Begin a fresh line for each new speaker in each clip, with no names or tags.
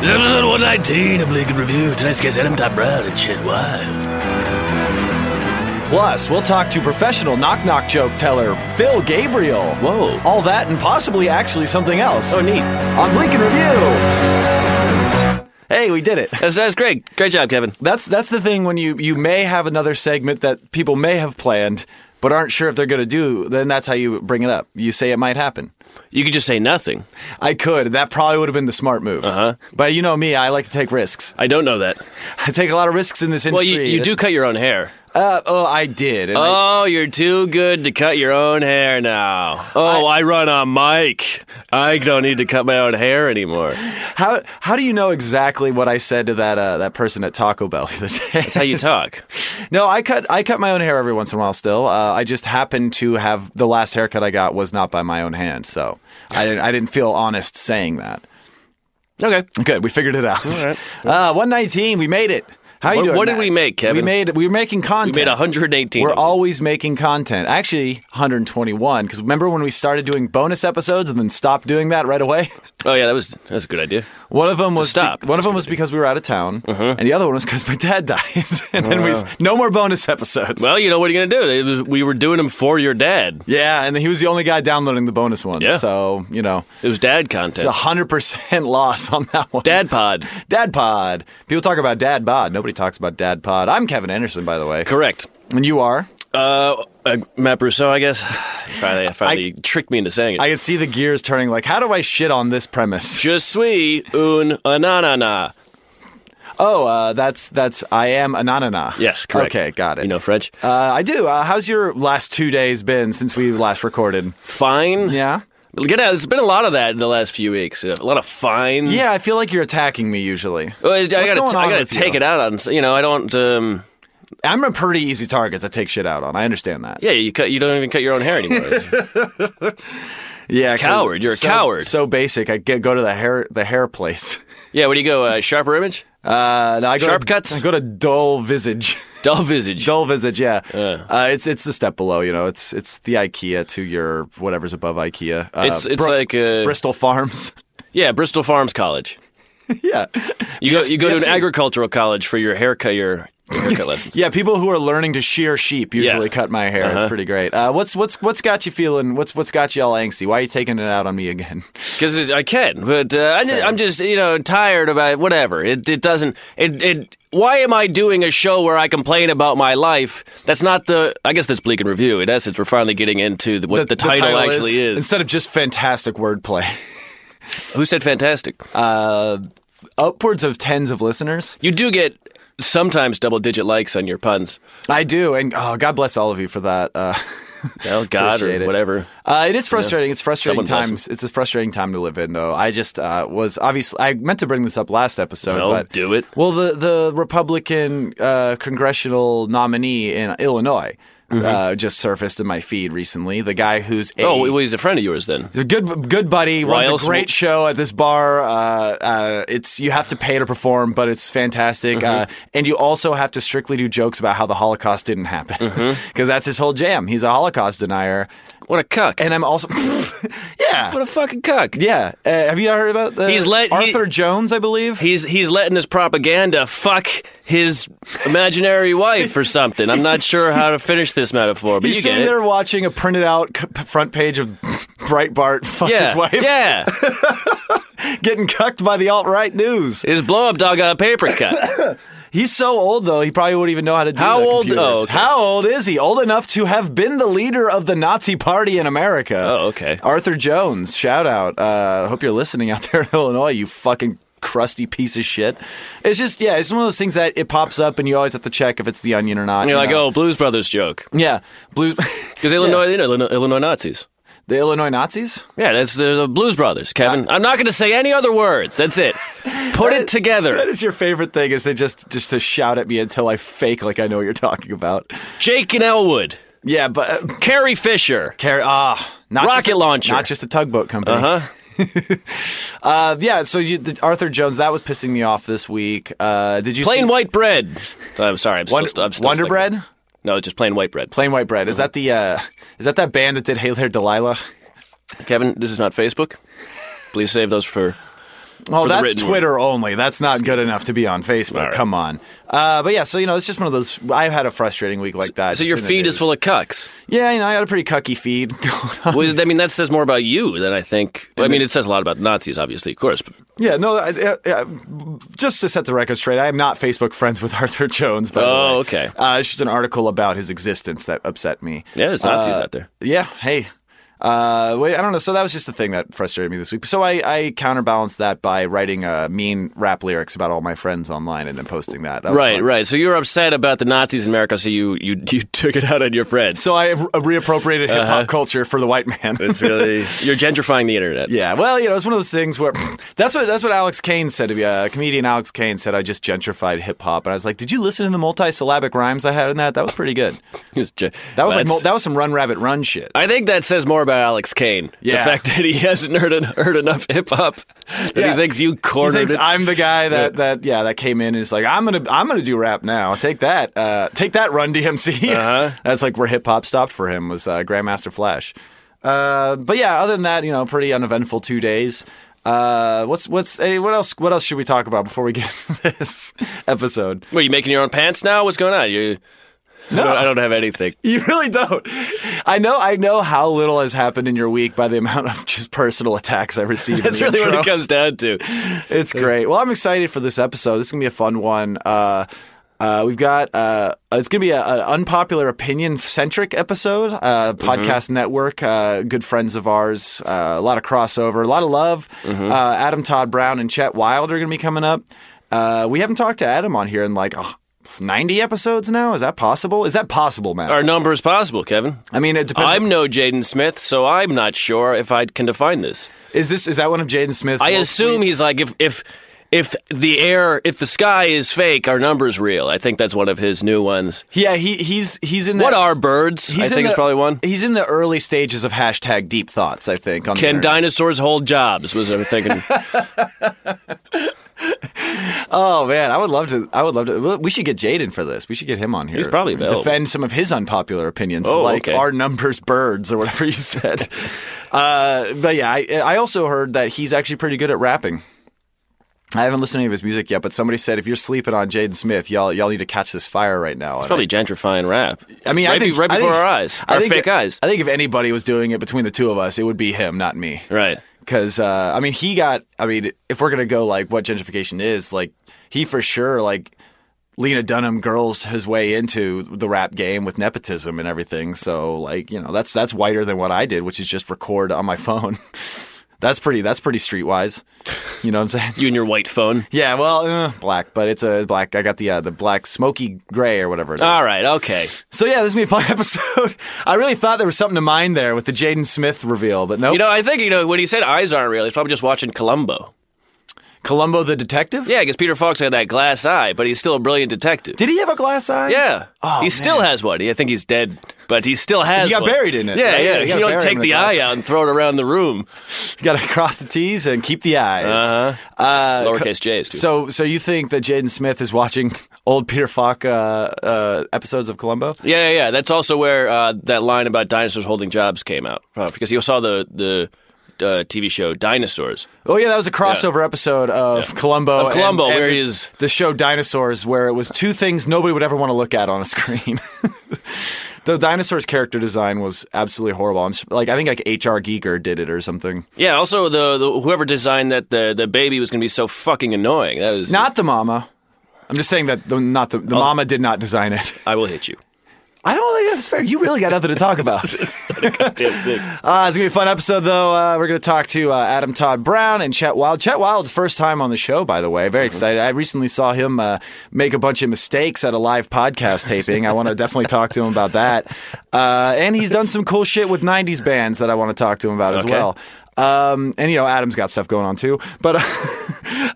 This is episode 119 of Bleak and Review. Tonight's guest, Adam Top Brown and Chad Wild.
Plus, we'll talk to professional knock knock joke teller Phil Gabriel.
Whoa.
All that and possibly actually something else
Oh, neat.
on Blink and Review. Hey, we did it.
That's, that's great. Great job, Kevin.
That's that's the thing when you you may have another segment that people may have planned but aren't sure if they're going to do. Then that's how you bring it up. You say it might happen.
You could just say nothing.
I could. That probably would have been the smart move.
Uh-huh.
But you know me, I like to take risks.
I don't know that.
I take a lot of risks in this
Well,
industry.
you, you do cut your own hair.
Uh, oh, I did. and I-
Oh, you're too good to cut your own hair now. Oh, I, run on mic. I don't need to cut my own hair anymore.
How how do you know exactly what I said to that uh, that person at Taco Bell the other day?
That's how you talk.
no, I cut I cut my own hair every once in a while. Still, uh, I just happened to have the last haircut I got was not by my own hand, so I didn't I didn't feel honest saying that.
Okay.
Good, we figured it out.
right.
uh, One nineteen, we made it. How you
What-
doing?
what did
Matt?
we make,
We
Kevin?
made we were making
We
content.
made 118.
We're always making content. Actually, 121. Because remember when we started doing bonus episodes and then stopped doing that right away?
Oh yeah, that was that was a good idea.
One of them was
stop. Uh-huh.
one of them was because we were out of town, and the other one was because my dad died. and then we s- no more bonus episodes.
Oh. Well, you know what are you gonna do? It was, we were doing them for your dad.
yeah, and he was the only guy downloading the bonus ones.
Yeah.
So you know,
It was dad
it's
content.
a hundred percent loss on that one.
Dad pod.
Dad Pod. People talk about Dad Bod. Nobody talks about Dad Pod. I'm Kevin Anderson, by the way,
Correct.
and you are.
Uh, uh, Matt Rousseau, I guess. Finally, finally tricked me into saying it.
I could see the gears turning. Like, how do I shit on this premise?
Je suis un anana.
Oh, uh, that's that's I am Ananana.
Yes, correct.
Okay, got it.
You know French.
uh, I do. Uh, how's your last two days been since we last recorded?
Fine.
Yeah.
Get out. It's been a lot of that in the last few weeks. A lot of fines.
Yeah, I feel like you're attacking me usually.
Well, I I gotta,
going
t- I
on
gotta
with
take
you?
it out on. s- You know, I don't. Um,
I'm a pretty easy target to take shit out on. I understand that.
yeah, you cut. You don't even cut your own hair anymore.
Yeah, 'cause-
Coward, you're a
so-
coward.
So basic. I get, go to the hair the hair place.
yeah. What do you go? Uh, sharper image.
Uh, no, I go
Sharp
to,
cuts?
I go to dull visage.
Dull visage.
dull visage. Yeah. Uh, it's it's the step below. You know, it's it's the IKEA to your whatever's above IKEA. Uh,
It's- it's like, uh,
Bristol Farms.
Yeah, Bristol Farms College.
yeah.
You go. You go to an
BFC.
agricultural college for your haircut. Your your haircut lessons.
Yeah, people who are learning to shear sheep usually
Yeah. Uh-huh.
cut my hair. It's pretty great. Uh, what's what's what's got you feeling? What's what's got you all angsty? Why are you taking it out on me again?
Because I can, but uh, I, am just you know tired about whatever. It it doesn't. It it. Why am I doing a show where I complain about my life? That's not the. I guess that's bleak and review. In essence, we're finally getting into the, what the, title, actually is.
instead of just fantastic wordplay.
Who said fantastic?
Uh, upwards of tens of listeners.
you do get sometimes double digit likes on your puns.
I do, and oh, God bless all of you for that. Uh,
Oh God,
Appreciate
or
it.
whatever.
Uh, it is frustrating. It's frustrating
Someone bless
times. It's a frustrating time to live in, though. I just uh, was obviously I meant to bring this up last episode,
Well,
but
do it.
Well, the the Republican uh, congressional nominee in Illinois uh, just surfaced in my feed recently. The guy who's a,
Mm-hmm. Oh, well, he's a friend of yours then.
a good good buddy runs
else
a
w-
great show at this bar. Uh, uh, it's you have to pay to perform, but it's fantastic.
Mm-hmm.
Uh, and you also have to strictly do jokes about how the Holocaust didn't happen because
Mm-hmm.
that's his whole jam. He's a Holocaust denier,
What a cuck!
and I'm also yeah.
what a fucking cuck!
Yeah, uh, have you heard about the
He's let- he-
Arthur Jones? I believe
He's he's letting his propaganda fuck his imaginary wife or something. I'm not sure how to finish this metaphor, but
he's
you
sitting
get it.
there watching a printed out c- p- front page of Breitbart. Fuck
yeah,
his wife,
yeah.
getting cucked by the alt right news.
His blow up dog got a paper cut.
He's so old though; he probably wouldn't even know how to do
How
the
old-
computers.
oh, okay.
How old is he? Old enough to have been the leader of the Nazi Party in America.
Oh, okay.
Arthur Jones, shout out. Uh, hope you're listening out there in Illinois, you fucking crusty piece of shit. It's just, yeah, it's one of those things that it pops up and you always have to check if it's the onion or not.
And you're like,
you know?
oh, Blues Brothers joke
Yeah. Blues.
because Illinois, you know, Illinois, Illinois Nazis.
The Illinois Nazis?
Yeah, that's there's a Blues Brothers, Kevin. I'm not going to say any other words. That's it. Put it
That
together.
is your favorite thing is they just just to shout at me until I fake like I know what you're talking about.
Jake and Elwood,
Yeah, but uh,
Carrie Fisher.
Car- ah, not just
Rocket
a,
launcher.
not just a tugboat company.
Uh huh.
Uh-huh. Uh, yeah, so you, the, Arthur Jones that was pissing me off this week. Uh, did you
Plain
see
white bread. I'm sorry. I'm still,
Wonder,
I'm still
Wonder
stuck
Bread?
there. No, just plain white bread.
Plain white bread. Is that the uh, is that that band that did Hey There Delilah?
Kevin, this is not Facebook. Please save those for
Oh,
the
that's
written
Twitter only. That's not good enough to be on Facebook.
right.
Come on. Uh, but yeah, so you know, it's just one of those. I've had a frustrating week like that.
So your feed is full of cucks.
Yeah, you know, I got a pretty cucky feed going on.
Well, I mean, that says more about you than I think. Well, I mean, it says a lot about Nazis, obviously, of course. But
Yeah, no. I, I, I, just to set the record straight, I am not Facebook friends with Arthur Jones. By the
Oh,
way.
okay.
Uh, it's just an article about his existence that upset me.
yeah, there's Nazis
Uh,
out there.
Yeah. Hey. Uh, wait, I don't know. So that was just the thing that frustrated me this week. So I, I counterbalanced that by writing uh, mean rap lyrics about all my friends online and then posting that. that was
Right,
fun.
right. So you're upset about the Nazis in America, so you you, you took it out on your friends.
So I re- reappropriated
Uh-huh.
hip hop culture for the white man.
It's really you're gentrifying the internet.
Yeah, well, you know, it's one of those things where that's what that's what Alex Kane said to me. Uh, comedian Alex Kane said, "I just gentrified hip hop," and I was like, "Did you listen to the multi-syllabic rhymes I had in that? That was pretty good.
that
That was like mul- that was some Run Rabbit Run shit."
I think that says more about Alex Kane. The
Yeah.
fact that he hasn't heard, en- heard enough hip hop that
Yeah.
he thinks you
He
cornered
thinks
it.
I'm the guy that, that yeah that came in and is like I'm gonna I'm gonna do rap now take that uh, take that Run DMC
Uh-huh.
that's like where hip hop stopped for him was uh, Grandmaster Flash uh, but yeah other than that you know pretty uneventful two days uh, what's what's hey, what else what else should we talk about before we get into this episode
What, are you making your own pants now? What's going on? You, I, don't, I don't have anything.
You really don't. I know. I know how little has happened in your week by the amount of just personal attacks I received.
That's
in the
really what
intro.
it comes down to.
It's great. Well, I'm excited for this episode. This is gonna be a fun one. Uh, uh, we've got uh, it's gonna be an unpopular opinion centric episode. Uh,
Mm-hmm.
podcast network, uh, good friends of ours. Uh, a lot of crossover, a lot of love.
Mm-hmm.
Uh, Adam Todd Brown and Chet Wild are gonna be coming up. Uh, we haven't talked to Adam on here in like. oh, 90 episodes now? Is that possible? Is that possible, Matt?
Our number is possible, Kevin.
I mean, it depends.
I'm no Jaden Smith, so I'm not sure if I can define this.
Is this is that one of Jaden Smith's?
I
most
assume
tweets?
he's like if if if the air if the sky is fake, our number's real. I think that's one of his new ones.
Yeah, he he's he's in. That,
What are birds?
He's
I
in
think
the,
it's probably one.
He's in the early stages of hashtag deep thoughts. I think on the
Can
internet.
dinosaurs hold jobs? Was I'm thinking.
Oh man, I would love to. I would love to. We should get Jaden for this. We should get him on here.
He's probably
and
available.
defend some of his unpopular opinions,
Oh,
like
okay.
our numbers birds or whatever you said. uh, but yeah, I I also heard that he's actually pretty good at rapping. I haven't listened to any of his music yet, but somebody said if you're sleeping on Jaden Smith, y'all y'all need to catch this fire right now. And I-
Probably gentrifying rap.
I mean,
right,
I
be-
think
right
I
before
think-
our eyes,
I
our
think-
fake eyes.
I think if anybody was doing it between the two of us, it would be him, not me.
Right.
Because uh, I mean, he got. I mean, if we're gonna go like what gentrification is, like he for sure like Lena Dunham girls his way into the rap game with nepotism and everything. So like you know that's that's whiter than what I did, which is just record on my phone. that's pretty. That's pretty streetwise. You know what I'm saying?
You and your white phone.
Yeah, well, uh, black, but it's a black. I got the uh, the black smoky gray or whatever. It is.
All right. Okay.
So yeah, this is gonna be a fun episode. I really thought there was something to mind there with the Jaden Smith reveal, but no.
You know, I think you know when he said eyes aren't real. He's probably just watching Columbo.
Columbo the detective?
Yeah, because Peter Fox had that glass eye, but he's still a brilliant detective.
Did he have a glass eye?
Yeah.
Oh,
he still
man.
has one. I think he's dead, but he still has
He got
one.
buried in it.
Yeah,
Right,
yeah.
yeah, he
You
got
don't
buried in
take
the
the
glass.
eye out and throw it around the room.
You gotta cross the T's and keep the I's.
Uh-huh.
Uh,
Lowercase j's, too.
So so you think that Jaden Smith is watching old Peter Falk uh, uh, episodes of Columbo?
Yeah, yeah, yeah. That's also where uh, that line about dinosaurs holding jobs came out uh, because you saw the the uh, TV show Dinosaurs.
Oh yeah, that was a crossover episode of Columbo.
Of Columbo,
and- and
where
the-
he is-
the show Dinosaurs, where it was two things nobody would ever want to look at on a screen. the dinosaurs character design was absolutely horrible. I'm s- like, I think like H.R. Giger did it or something.
Yeah. Also, the, the whoever designed that the the baby was going to be so fucking annoying. That was
Not the mama. I'm just saying that the, not the, the mama did not design it.
I will hit you.
Oh. I don't think that's fair. You really got nothing to talk about.
Goddamn thing.
Uh, it's gonna be a fun episode, though. Uh, we're gonna talk to uh, Adam Todd Brown and Chet Wild. Chet Wild's first time on the show, by the way. Very
Mm-hmm.
excited. I recently saw him uh, make a bunch of mistakes at a live podcast taping. I want to definitely talk to him about that. Uh, and he's done some cool shit with '90s bands that I want to talk to him about as
Okay.
well. Um, and you know, Adam's got stuff going on too. But uh,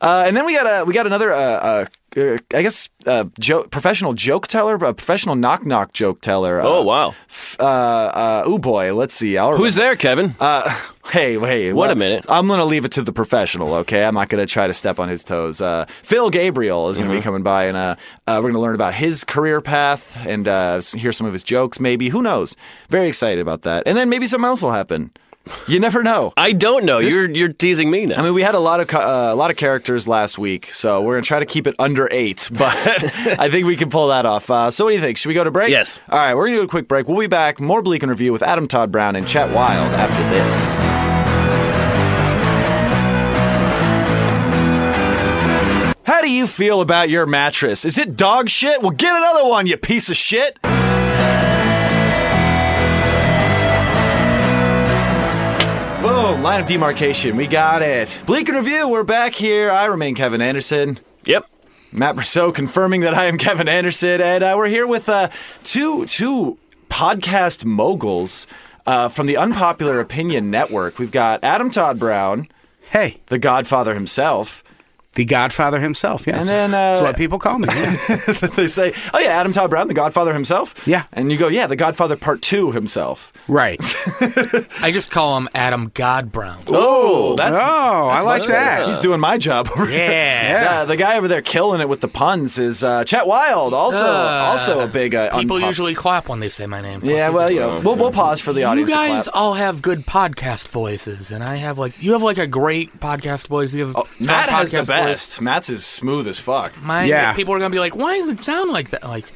uh, and then we got a we got another. Uh, uh, uh, I guess uh, joke, professional joke teller, a professional knock knock joke teller.
Oh
uh,
wow.
f- uh, uh, oh boy, let's see. I'll
Who's there, Kevin?
uh, hey, hey,
What a
well,
minute.
I'm going to leave it to the professional, okay? I'm not going to try to step on his toes. Uh, Phil Gabriel is going to
Mm-hmm.
be coming by, and uh, uh, we're going to learn about his career path and uh, s- hear some of his jokes, maybe. Who knows? Very excited about that. And then maybe something else will happen. You never know.
I don't know. you're you're teasing me now.
I mean, we had a lot of co- uh, a lot of characters last week, so we're gonna try to keep it under eight. But I think we can pull that off. Uh, so, what do you think? Should we go to break?
Yes.
All right, we're gonna do a quick break. We'll be back. More Bleak and Review with Adam Todd Brown and Chet Wild after this. How do you feel about your mattress? Is it dog shit? Well, get another one, you piece of shit. Boom, line of demarcation. We got it. Bleak and Review, we're back here. I remain Kevin Anderson.
yep.
Matt Brousseau confirming that I am Kevin Anderson, and uh, we're here with uh, two two podcast moguls uh, from the Unpopular Opinion Network. We've got Adam Todd Brown,
Hey,
the Godfather himself.
the Godfather himself. Yes,
And then, uh,
that's what people call me. yeah.
they say, "Oh yeah, Adam Todd Brown, the Godfather himself."
Yeah.
and you go, "Yeah, the Godfather Part Two himself."
right.
I just call him Adam God Brown.
Oh,
that's
oh, I
That's
like
my-
that.
He's doing my job. Over here.
Yeah.
Yeah, the guy over there killing it with the puns is uh, Chet Wild, also
Uh,
also a big uh,
People
unpuffs.
usually clap when they say my name.
Yeah, well, you know, we'll, we'll pause for the
You
audience. to
guys
clap.
all have good podcast voices, and I have like you have like a great podcast voice. You have a strong
Oh, Matt has the
podcast voice.
best. Matt's is smooth as fuck.
Mine,
Yeah.
people are gonna be like, "Why does it sound like that?" Like,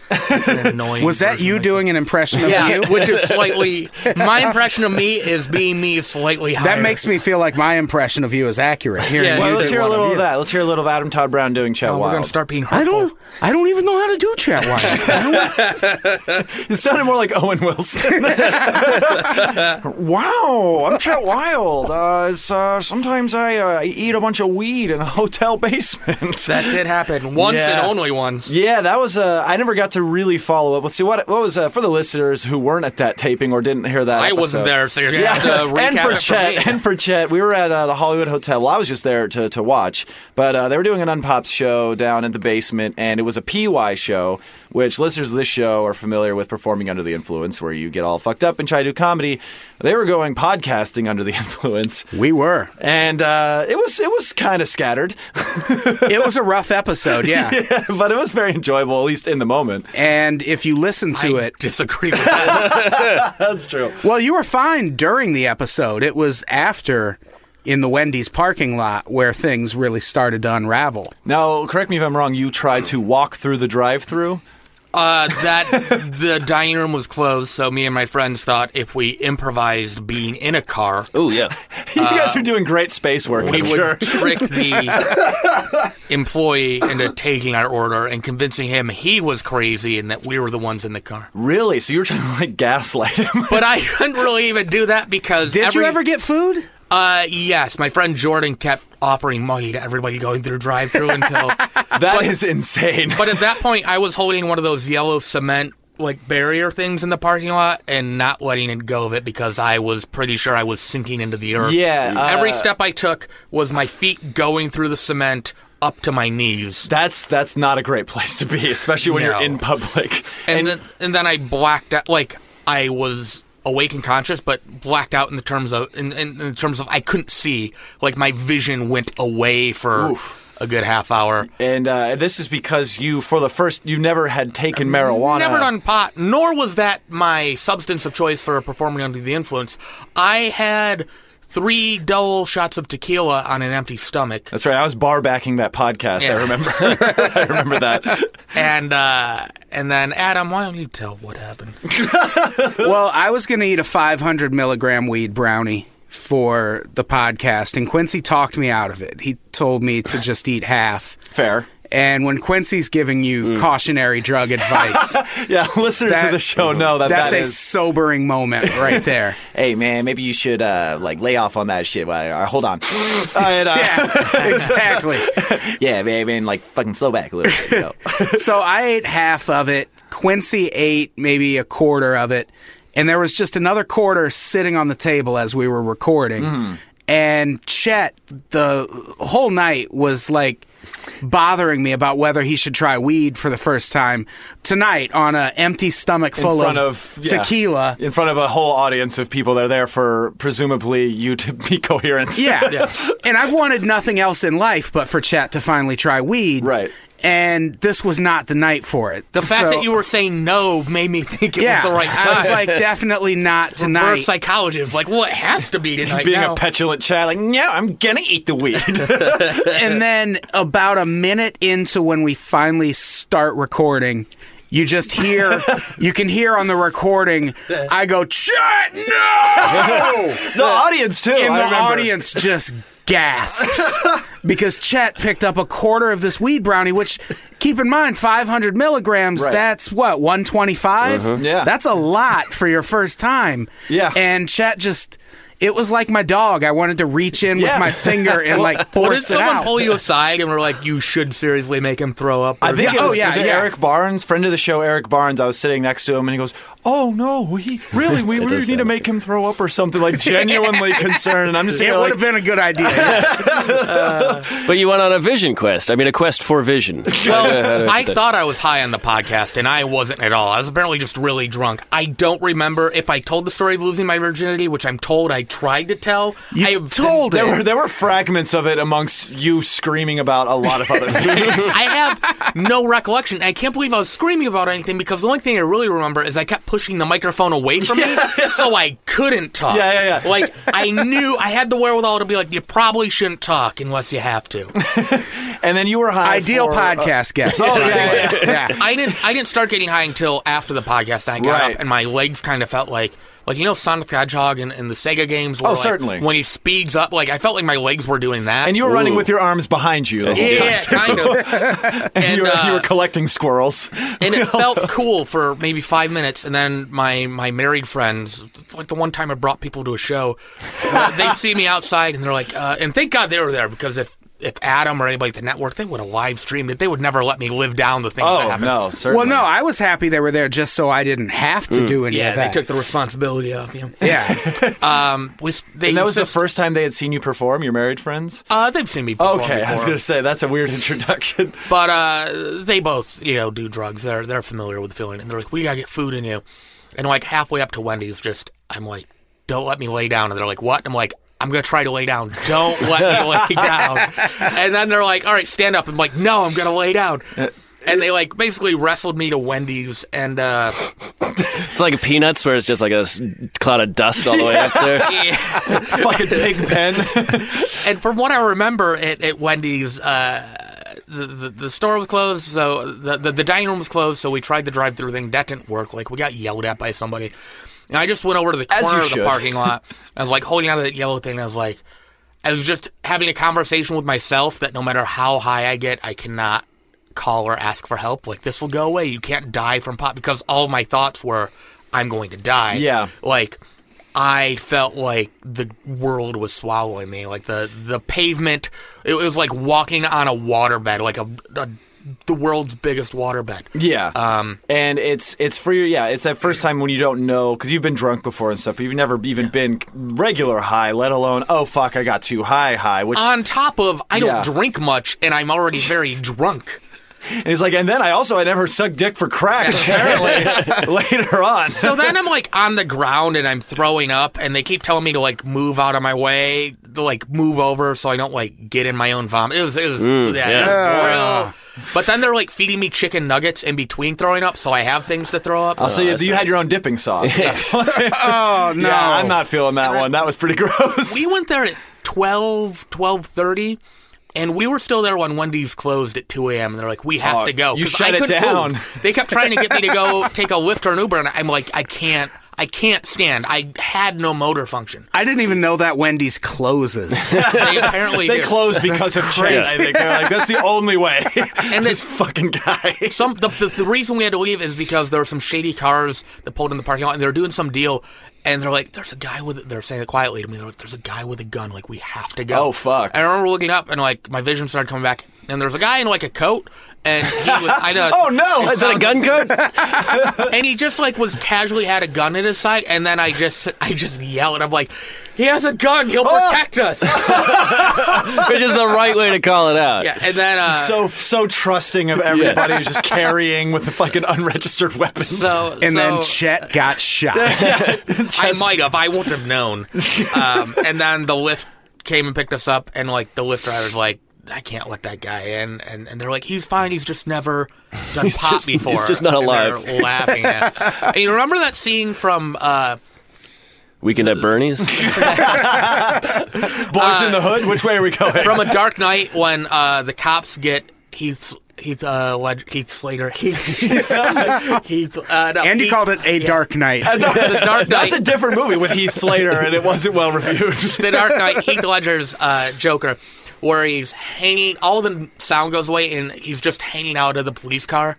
it's an annoying.
Was that
version
you
of
doing an impression of
myself.
you?
Yeah, which is slightly. My impression of me is being me slightly higher.
That makes me feel like my impression of you is accurate. Hearing
Yeah,
you
Well,
do
let's hear a
one
little of
you.
that. Let's hear a little of Adam Todd Brown doing Chet
Oh, we're
Wild.
gonna start being. Hurtful.
I don't. I don't even know how to do chat wire.
It sounded more like Owen Wilson. wow, I'm Chet Wild. Uh, it's, uh, sometimes I uh, eat a bunch of weed in a hotel basement.
That did happen once
Yeah.
and only once.
Yeah, that was. Uh, I never got to really follow up. Let's see what what was uh, for the listeners who weren't at that taping or didn't hear that.
I wasn't
episode.
there, so you're gonna
Yeah,
have to recap
and for
it for
Chet,
me.
and for Chet, we were at uh, the Hollywood Hotel. Well, I was just there to, to watch, but uh, they were doing an Unpopped show down in the basement, and it was a PY show, which listeners of this show are familiar with performing under the influence, where you get all fucked up and try to do comedy. They were going podcasting under the influence,
we were.
and uh, it was it was kind of scattered,
It was a rough episode. Yeah.
but it was very enjoyable, at least in the moment.
And if you listen to it,
Disagree with that.
That's true.
Well, you were fine during the episode. It was after in the Wendy's parking lot where things really started to unravel.
Now, correct me if I'm wrong. You tried to walk through the drive-through.
Uh, that the dining room was closed, so me and my friends thought if we improvised being in a car,
Oh yeah.
You guys are doing great space work.
Uh, we
I'm
would
sure.
trick the employee into taking our order and convincing him he was crazy and that we were the ones in the car.
Really? So you were trying to like gaslight him?
But I couldn't really even do that because
Did
every,
you ever get food?
Uh, yes, my friend Jordan kept offering money to everybody going through drive-through until.
That is insane.
But at that point, I was holding one of those yellow cement like barrier things in the parking lot and not letting it go of it because I was pretty sure I was sinking into the earth.
Yeah, uh,
Every step I took was my feet going through the cement up to my knees.
that's that's not a great place to be, especially when you're
No.
in public.
and then and then I blacked out. Like I was awake and conscious, but blacked out in the terms of in, in, in terms of I couldn't see. Like my vision went away for a good half hour.
And uh, this is because you, for the first, you never had taken marijuana.
Never done pot, nor was that my substance of choice for performing under the influence. I had three double shots of tequila on an empty stomach,
That's right. I was bar backing that podcast.
Yeah.
I remember. I remember that.
and uh, and then Adam, why don't you tell what happened?
well, I was going to eat a 500 milligram weed brownie for the podcast, and Quincy talked me out of it. He told me to just eat half.
Fair.
And when Quincy's giving you cautionary drug advice,
Yeah, listeners
That-
of the show know that
that's
that
a
is-
sobering moment right there.
hey man, maybe you should uh, like lay off on that shit. Well, uh, hold on. And, uh,
yeah, exactly.
yeah, man, man, like fucking slow back a little bit. You know.
so I ate half of it. Quincy ate maybe a quarter of it. And there was just another quarter sitting on the table as we were recording.
Mm-hmm.
And Chet, the whole night, was like bothering me about whether he should try weed for the first time tonight on an empty stomach full
front
of,
of- yeah.
tequila.
in front of a whole audience of people that are there for presumably you to be coherent.
Yeah. and I've wanted nothing else in life but for Chet to finally try weed.
Right.
and this was not the night for it.
The fact
So-
that you were saying no made me think it
yeah,
was the right time.
I was like, definitely not
We're
tonight.
psychologists. Like, well, it has to be tonight
Being
now.
a petulant child, like, no, I'm gonna eat the weed.
and then about a minute into when we finally start recording, you just hear, you can hear on the recording, I go, Chet, no!
the audience too.
and
I
the
remember.
audience just gasps because Chet picked up a quarter of this weed brownie, which keep in mind, 500 milligrams,
Right. Mm-hmm.
that's what, 125?
Yeah.
That's a lot for your first time.
Yeah.
And Chet just. It was like my dog. I wanted to reach in
Yeah.
with my finger and like force
Or did
it
someone
out.
pull you aside and were like, you should seriously make him throw up?
I
or-
think it was,
oh, yeah,
was it
yeah.
Eric Barnes, friend of the show, Eric Barnes. I was sitting next to him, and he goes, "Oh no, we really we really need to make him throw up or something." Like genuinely concerned, and I'm just
It
sitting there
would
like,
have been a good idea.
But you went on a vision quest. I mean, a quest for vision.
Well, I thought I was high on the podcast, and I wasn't at all. I was apparently just really drunk. I don't remember if I told the story of losing my virginity, which I'm told I tried to tell.
You
I
told
There
it.
were there were fragments of it amongst you screaming about a lot of other things.
I have no recollection. I can't believe I was screaming about anything because the only thing I really remember is I kept pushing the microphone away from me, so I couldn't talk.
Yeah, yeah, yeah.
Like I knew I had the wherewithal to be like, you probably shouldn't talk unless you have to.
And then you were high.
Ideal
for, uh,
podcast guest.
Oh, yeah, yeah,
yeah.
I didn't. I didn't start getting high until after the podcast. I got
Right.
up and my legs kind of felt like. Like you know, Sonic the Hedgehog in, in the Sega games. where,
Oh,
like,
certainly.
When he speeds up, like I felt like my legs were doing that.
and you were running with your arms behind you. The whole
yeah,
time.
kind of. and
you, were, you
uh,
were collecting squirrels.
and it felt cool for maybe five minutes, and then my my married friends, it's like the one time I brought people to a show, uh, they see me outside and they're like, uh, and thank God they were there because if if Adam or anybody at the network, they would have live streamed it. They would never let me live down the things that
Oh
happened.
no, certainly. Mm.
Well, no, I was happy they were there just so I didn't have to do any
Yeah,
of that.
they took the responsibility off you.
yeah.
Um, was they
And that was the
insist-
first time they had seen you perform. Your married friends.
Uh, they've seen me. Perform
Okay, I was
before.
gonna say that's a weird introduction.
But uh, they both, you know, do drugs. They're they're familiar with the feeling, and they're like, "We gotta get food in you." And like halfway up to Wendy's, just I'm like, "Don't let me lay down." And they're like, "What?" I'm like, "I'm gonna try to lay down. Don't let me lay down." And then they're like, "All right, stand up." I'm like, "No, I'm gonna lay down."
Uh,
And they like basically wrestled me to Wendy's, and uh,
It's like peanuts, where it's just like a s- cloud of dust all the way up there.
Fucking pig pen.
and from what I remember at, at Wendy's, uh, the, the the store was closed, so the, the the dining room was closed. So we tried the drive through thing. That didn't work. Like we got yelled at by somebody. And I just went over to the
As
corner
you
of the
should.
parking lot. I was like holding out that yellow thing. And I was like, I was just having a conversation with myself that no matter how high I get, I cannot call or ask for help. Like this will go away. You can't die from pot because all my thoughts were, I'm going to die.
Yeah.
Like I felt like the world was swallowing me. Like the the pavement, it was like walking on a waterbed, like a, a the world's biggest waterbed.
Yeah.
Um,
and it's it's for your yeah. It's that first time when you don't know because you've been drunk before and stuff, but you've never even been regular high, let alone oh fuck, I got too high, high. Which
On top of, I
Yeah.
don't drink much, and I'm already very drunk.
and it's like, and then I also I never sucked dick for crack apparently later on.
So then I'm like on the ground and I'm throwing up, and they keep telling me to like move out of my way, to like move over so I don't like get in my own vomit. It was, it was, yeah, it
yeah.
was real. But then they're like feeding me chicken nuggets in between throwing up, so I have things to throw up.
I'll say Oh, you, you had your own dipping sauce.
Oh no!
Yeah, I'm not feeling that one. That was pretty gross.
we went there at 12 12.30 and we were still there when wendy's closed at 2 a.m and they're like we have
Oh,
to go
you
'Cause
shut
I
it
couldn't
down.
move. they kept trying to get me to go take a lyft or an uber and i'm like i can't i can't stand i had no motor function
I didn't even know that Wendy's closes.
they apparently
they
do.
closed because of Chet. I think they're like that's the only way.
and this
fucking guy.
some the, the, the reason we had to leave is because there were some shady cars that pulled in the parking lot and they were doing some deal and they're like there's a guy with they're saying it quietly to me they're like there's a guy with a gun like we have to go
Oh, fuck.
and I remember looking up and like my vision started coming back and there's a guy in like a coat and he was I know
Oh no!
Is that a gun code?
and he just like was casually had a gun in his sight and then I just I just yell and I'm like he has a gun he'll protect us
Which is the right way to call it out.
yeah and then uh,
So so trusting of everybody who's just carrying with the fucking unregistered weapon.
so
and then
so-
Chet got shot.
I might have. I wouldn't have known. Um, and then the lift came and picked us up, and like the lift driver's like, I can't let that guy in. And, and they're like, he's fine. He's just never done pop
just-
before.
he's just not
And they're
alive.
laughing at. and you remember that scene from uh,
Weekend at Bernie's.
Boys in the Hood. Which way are we going?
uh, from A Dark Knight when uh, the cops get Heath Heath uh, Led- Heath Slater Heath Heath uh, no,
Andy
Heath-
called it a dark night.
the Dark Knight.
That's a different movie with Heath Slater, and it wasn't well reviewed.
the Dark Knight, Heath Ledger's uh, Joker, where he's hanging. All the sound goes away, and he's just hanging out of the police car.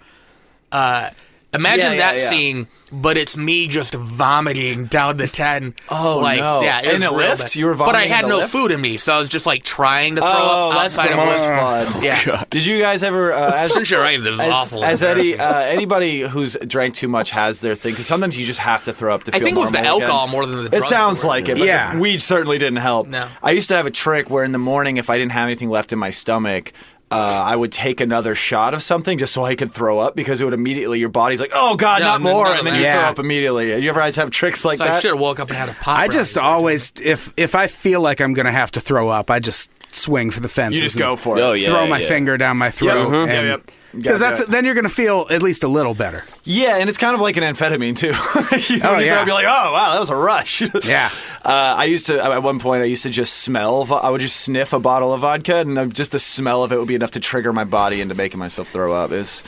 Uh, imagine
Yeah, yeah,
that
yeah.
scene, but it's me just vomiting down the ten.
Oh,
like,
no.
Yeah,
In a
was real
lift?
bad.
You were
but I
vomiting in
had
the
no
lift?
food in me, so I was just like trying to throw
Oh,
up
that's
outside
the
of
most
lift.
fun.
Yeah.
Did you guys ever? Uh, as,
I'm sure I this is
as,
awful.
as any,
embarrassing.
uh, anybody who's drank too much has their thing. Because sometimes you just have to throw up to
I
feel
think it was the
normal again.
alcohol more than the.
It
drugs
sounds
were.
like it, but
Yeah.
the weed certainly didn't help.
No.
I used to have a trick where in the morning, if I didn't have anything left in my stomach, uh, I would take another shot of something just so I could throw up because it would immediately your body's like, oh god,
No,
not
no,
more,
no,
and then
no.
you throw
Yeah.
up immediately. You ever guys have tricks like
So I
that?
should have woke up and had a pop.
I
around
just
these
always if if I feel like I'm gonna have to throw up, I just swing for the fence.
You just go for it.
Oh yeah.
throw my
yeah.
finger down my throat.
Mhm.
and-
Yep, yep. Gotta
Because that's
do it.
then you're gonna feel at least a little better.
Yeah, and it's kind of like an amphetamine too. you know,
Oh,
you
yeah.
throw up, you're like, oh wow, that was a rush.
Yeah.
Uh, I used to at one point I used to just smell. vo- I would just sniff a bottle of vodka, and uh, just the smell of it would be enough to trigger my body into making myself throw up. Is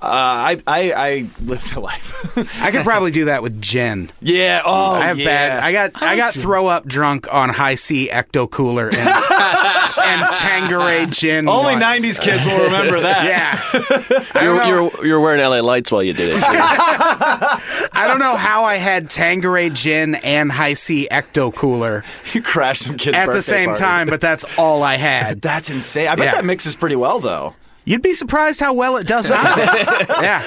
uh, I, I I lived a life.
I could probably do that with gin.
yeah. Oh,
I have
yeah.
bad. I got I, got throw up drunk on high C ecto cooler and, and Tangeray gin.
Only
once.
'90s kids will remember that.
Yeah, I don't,
You're,
know, Oh,
you're, you're wearing LA lights while you did it. too.
I don't know how I had Tangeray gin and high C ecto cooler
you crashed some kids
at the
birthday
same
party.
time, but that's all I had.
That's insane. I bet
Yeah.
that mixes pretty well though.
You'd be surprised how well it does not. yeah,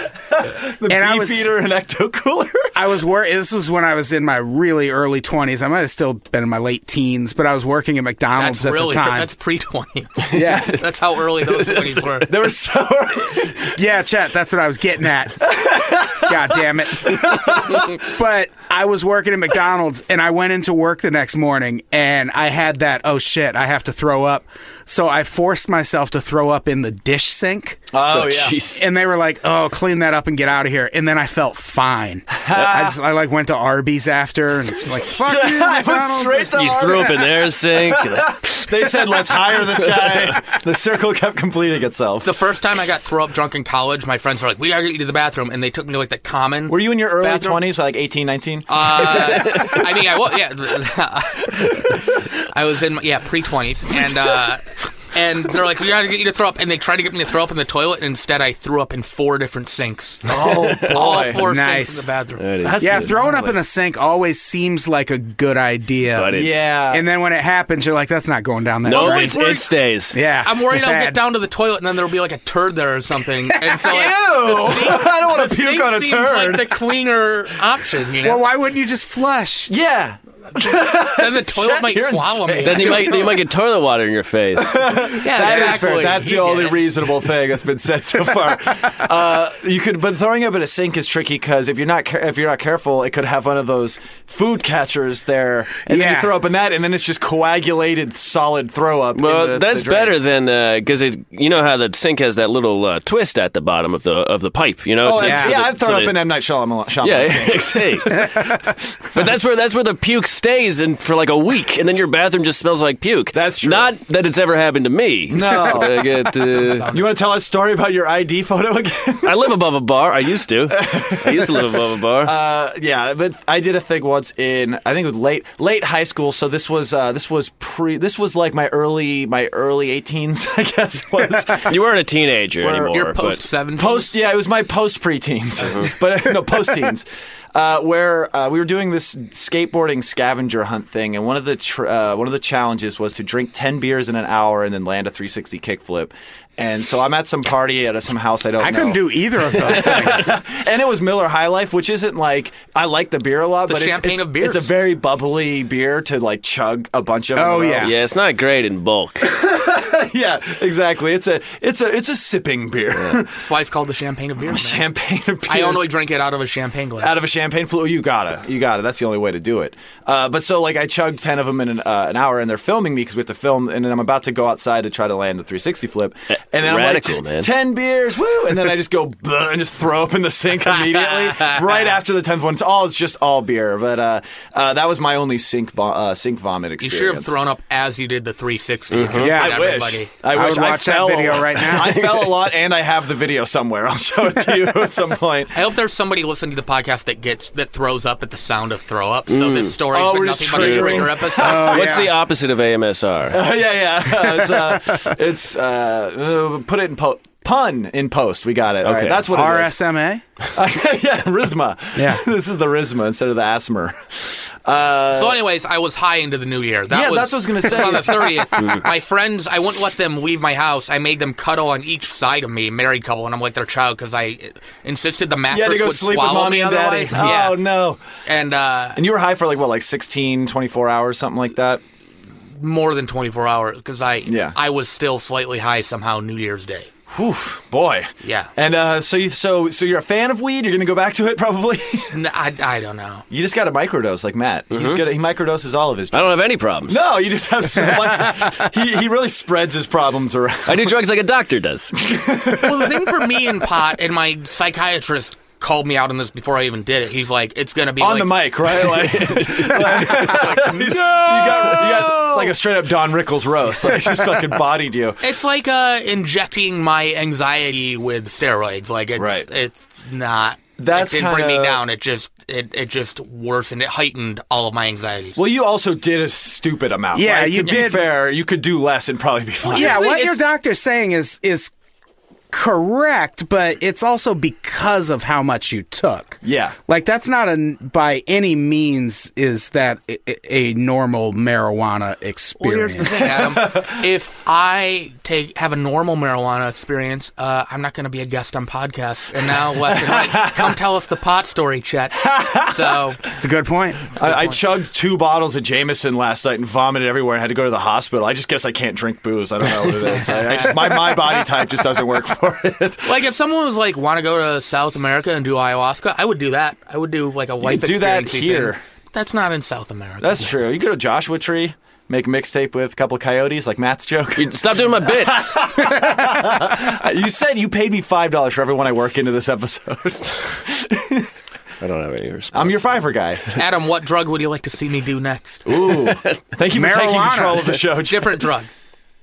The
And I was-
beefeater and ecto cooler.
I was working. This was when I was in my really early twenties. I might have still been in my late teens, but I was working at McDonald's at
That's really
the time.
that's pre twenty.
Yeah,
that's how early those twenties were.
There was so Oh,
yeah, chat. That's what I was getting at. God damn it! but I was working at McDonald's, and I went into work the next morning, and I had that. Oh shit! I have to throw up. So I forced myself to throw up in the dish sink.
Oh
Jeez.
and they were like, "Oh, clean that up and get out of here." And then I felt fine. I, just, I like went to Arby's after and was like, "Fuck you,
I went
McDonald's."
straight to
You
Harvard.
threw up in their sink.
They said, let's hire this guy. The circle kept completing itself.
The first time I got throw up drunk in college, my friends were like, "We gotta get you to the bathroom," and they took me to like the common.
Were you in your early
Bathroom?
20s, like 18, 19?
Uh, I mean, I was yeah. I was in my, yeah pre twenties, and uh, and they're like, "We gotta get you to throw up," and they tried to get me to throw up in the toilet, and instead I threw up in four different sinks.
oh,
All four
Nice.
sinks in the bathroom.
That is-
Yeah, throwing up in a sink always seems like a good idea.
But it-
Yeah.
and then when it happens, you're like, "That's not going down that
no,
drain."
it, it stays.
Yeah,
I'm worried
it's
I'll
bad.
get down to the toilet and then there'll be like a turd there or something. And so, like,
Ew!
the sink-
I don't want to
the
puke
sink
on a
seems
turd.
Like the cleaner option, you know.
Well, why wouldn't you just flush?
yeah.
then the toilet
Jack,
might
you're
swallow me.
insane.
Then you might you might get toilet water in your face.
yeah,
That is
exactly.
fair. That's the
You
only
get it.
reasonable thing that's been said so far. uh, you could, but throwing up in a sink is tricky because if you're not care- if you're not careful, it could have one of those food catchers there, and then you
Yeah.
throw up in that, and then it's just coagulated solid throw up. in
Well,
the- the
that's
drain.
better than because it. You know how the sink has that little uh, twist at the bottom of the of the pipe. You know,
Oh,
to-
yeah.
to
yeah,
the-
I've thrown
so
up
that-
in M Night Shyamalan. Shyamalan
Yeah,
sink.
hey. but that's where that's where the puke stays and for like a week, and then your bathroom just smells like puke.
That's true.
Not that it's ever happened to me.
No.
I get, uh,
You want to tell us a story about your ID photo again?
I live above a bar. I used to. I used to live above a bar.
Uh, yeah, but I did a thing once in I think it was late late high school. So this was uh, this was pre this was like my early my early 18s, I guess was.
you weren't a teenager anymore.
You're
but-
post seven.
post yeah it was my post preteens but no post teens uh, where uh, we were doing this skateboarding scavenger hunt thing and one of the tr- uh, one of the challenges was to drink 10 beers in an hour and then land a 360 kickflip And so I'm at some party at a, some house I don't
I
know.
couldn't do either of those things.
and it was Miller High Life, which isn't like I like the beer a lot,
The
but it's,
champagne
it's,
of beers.
it's a very bubbly beer to like chug a bunch of. in a
Oh,
row.
yeah.
Yeah, it's not great in bulk.
yeah, exactly. It's a it's a it's a sipping beer,
That's why it's called the champagne of beer. man.
champagne of beer.
I only drink it out of a champagne glass.
out of a champagne flute. You gotta, you gotta. That's the only way to do it. Uh, but so like I chugged ten of them in an, uh, an hour, and they're filming me because we have to film, and then I'm about to go outside to try to land the 360 flip, and then
Eh, radical,
I'm like,
man.
ten beers, woo, and then I just go "Bleh," and just throw up in the sink immediately right after the tenth one. It's all, it's just all beer. But uh, uh, that was my only sink vo- uh, sink vomit
you
experience. Mm-hmm.
should have thrown up as you did the 360.
Yeah,
I wish.
everybody.
I
I
wish
would watch that
fell a
video
lot.
right now.
I fell a lot, and I have the video somewhere. I'll show it to you at some point.
I hope there's somebody listening to the podcast that gets that throws up at the sound of throw up. So this story's
Oh,
been
we're just
nothing but a
triggering. Oh.
trigger episode.
What's
yeah.
the opposite of AMSR?
Uh, yeah, yeah. it's uh, it's uh, uh, put it in po- pun in post. We got it. Okay,
Okay.
that's what
RSMA?
it is. yeah, risma.
Yeah.
this is the risma instead of the asthma. Uh,
So, anyways, I was high into the new year. That
Yeah,
was,
that's what I was gonna say. Mm-hmm.
On the thirtieth, my friends, I wouldn't let them leave my house. I made them cuddle on each side of me, married couple, and I'm like their child because I insisted the
you
mattress
had to go
would
sleep with
swallow
mommy
me
and daddy.
otherwise. Yeah,
Oh no!
and uh,
And you were high for like what, like 16, 24 hours, something like that.
more than 24 hours because I
Yeah.
I was still slightly high somehow New Year's Day.
Whew, boy.
Yeah.
And uh, so you so so you're a fan of weed. You're gonna go back to it probably.
N- I, I don't know.
you just got a microdose like Matt.
Mm-hmm.
He's gonna he microdoses all of his.
I don't have any problems.
No, you just have. Some, like, he he really spreads his problems around.
I do drugs like a doctor does.
well, the thing for me in pot, and my psychiatrist called me out on this before I even did it. He's like, it's gonna be
on
like,
the mic, right? Like, you, got, you got like a straight up Don Rickles roast. Like just fucking bodied you.
It's like uh, injecting my anxiety with steroids. Like it's
Right.
it's not.
That's
it didn't bring
kinda-
me down. It just it, it just worsened. It heightened all of my anxieties.
Well, you also did a stupid amount.
Yeah,
Like,
you
to Be
did.
fair, you could do less and probably be fine.
Yeah,
Usually
what your
it's-
doctor's saying is is correct, but it's also because of how much you took.
Yeah.
Like that's not a by any means is that a, a normal marijuana
Well,
experience.
here's the thing, Adam. if I take have a normal marijuana experience, uh, I'm not going to be a guest on podcasts. And now, left and right, come tell us the pot story, Chet. So
it's a good point.
I, I chugged two bottles of Jameson last night and vomited everywhere and had to go to the hospital. I just guess I can't drink booze. I don't know what it is. I, I just, my, my body type just doesn't work for it.
Like if someone was like, want to go to South America and do ayahuasca, I would do that. I would do like a life.
do that
experiency
here.
thing. That's not in South America.
That's true. You go to Joshua Tree, make a mixtape with a couple coyotes like Matt's joke.
Stop doing my bits.
you said you paid me $5 for everyone I work into this episode.
I don't have any response.
I'm your fiver guy.
Adam, what drug would you like to see me do next?
Ooh. Thank you for taking
Marijuana.
control of the show. Jim.
Different drug.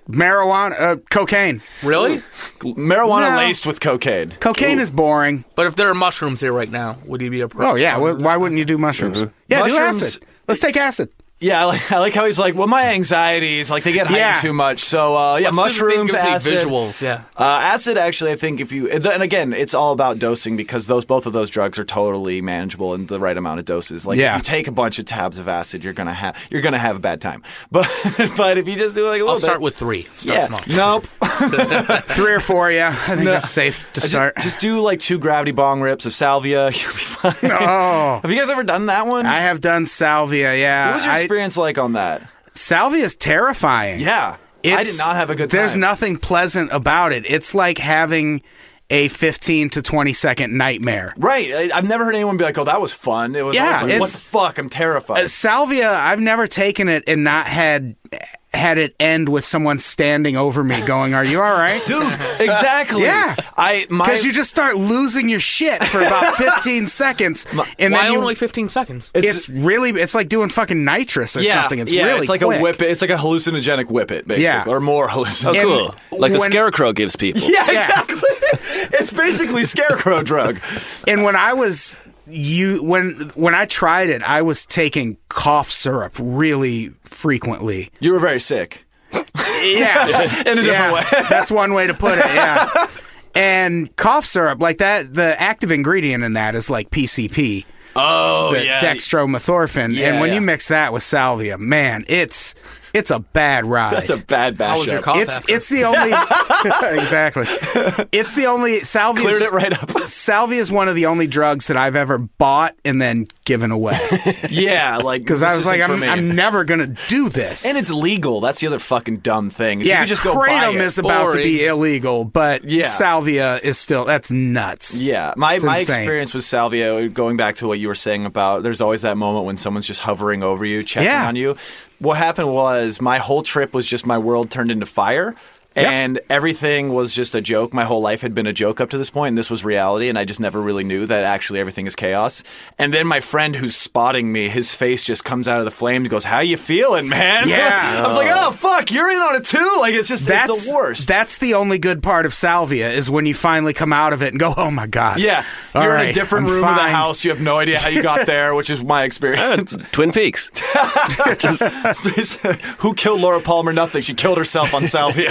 Marijuana, uh, cocaine.
Really?
Marijuana
No.
laced with cocaine.
Cocaine is boring.
But if there are mushrooms here right now, would you be a pro? Um,
Oh yeah, wh- why wouldn't you do mushrooms?
Mm-hmm.
Yeah,
Mushrooms-
do acid. Let's take acid.
Yeah, I like, I like how he's like, well, my anxieties, like they get heightened
Yeah.
too much. So, uh, yeah,
Let's do the
mushrooms,
thing that gives
acid.
me visuals, yeah.
Uh, acid, actually, I think if you, and again, it's all about dosing because those both of those drugs are totally manageable in the right amount of doses. Like,
Yeah.
if you take a bunch of tabs of acid, you're gonna have you're gonna have a bad time. But but if you just do like a little
I'll start
bit,
with three. Start
yeah,
small.
nope.
Three or four. Yeah, I think that's safe to start.
Just do like two gravity bong rips of salvia. You'll be fine.
oh,
Have you guys ever done that one?
I have done salvia. Yeah,
what was your
I-
experience like on that?
salvia is terrifying.
Yeah. I did
It's-
not have a good time.
There's nothing pleasant about it. It's like having a 15 to 20 second nightmare.
Right. I, I've never heard anyone be like, oh, that was fun. It was
Yeah,
always like, what the
it's-
fuck? I'm terrified.
Uh, Salvia, I've never taken it and not had had it end with someone standing over me going, "Are you all right?"
Dude, exactly.
Yeah.
I, my,
Cuz you just start losing your shit for about 15 seconds and
Why
then you,
only 15 seconds?
it's really it's like doing fucking nitrous or
yeah,
something. It's
yeah,
really
it's like a
quick.
whip. It's like a hallucinogenic whippet, basically,
Yeah.
or more
Oh,
hallucinogenic.
cool.
And
Like the
when-
scarecrow gives people.
Yeah,
Yeah.
exactly. it's basically scarecrow drug.
And when I was you when when I tried it, I was taking cough syrup really frequently.
You were very sick.
Yeah.
In a different way.
yeah. That's one way to put it. Yeah. and cough syrup, like that, the active ingredient in that is like PCP,
Oh,
the dextromethorphan.
Yeah,
and when
yeah.
you mix that with salvia, man, it's It's a bad ride.
That's a bad bash.
How was your cough
it's
after?
it's the only exactly. It's the only salvia
Cleared it right up.
Salvia is one of the only drugs that I've ever bought and then given away
yeah, like
because I was like, I'm, I'm
and
never gonna do this.
it's legal. That's the other fucking dumb thing. is
yeah,
you could just go buy
kratom
it.
is about to be
Boring.
illegal, but
Yeah.
salvia is still that's nuts.
Yeah, my my
insane.
experience with salvia, going back to what you were saying about, there's always that moment when someone's just hovering over you, checking
Yeah.
on you. What happened was my whole trip was just my world turned into fire. And everything was just a joke. My whole life had been a joke up to this point, and this was reality. And I just never really knew that actually everything is chaos. And then my friend who's spotting me, his face just comes out of the flames, goes, "How you feeling, man?"
Yeah.
I was like, "Oh fuck, you're in on it too!" Like it's just
That's
it's the worst.
That's the only good part of salvia is when you finally come out of it and go, oh my god.
Yeah,
All
you're in a
right,
different
I'm
room of the
fine."
house. You have no idea how you got there, which is my experience.
Ah, Twin Peaks.
Who killed Laura Palmer? Nothing. She killed herself on salvia.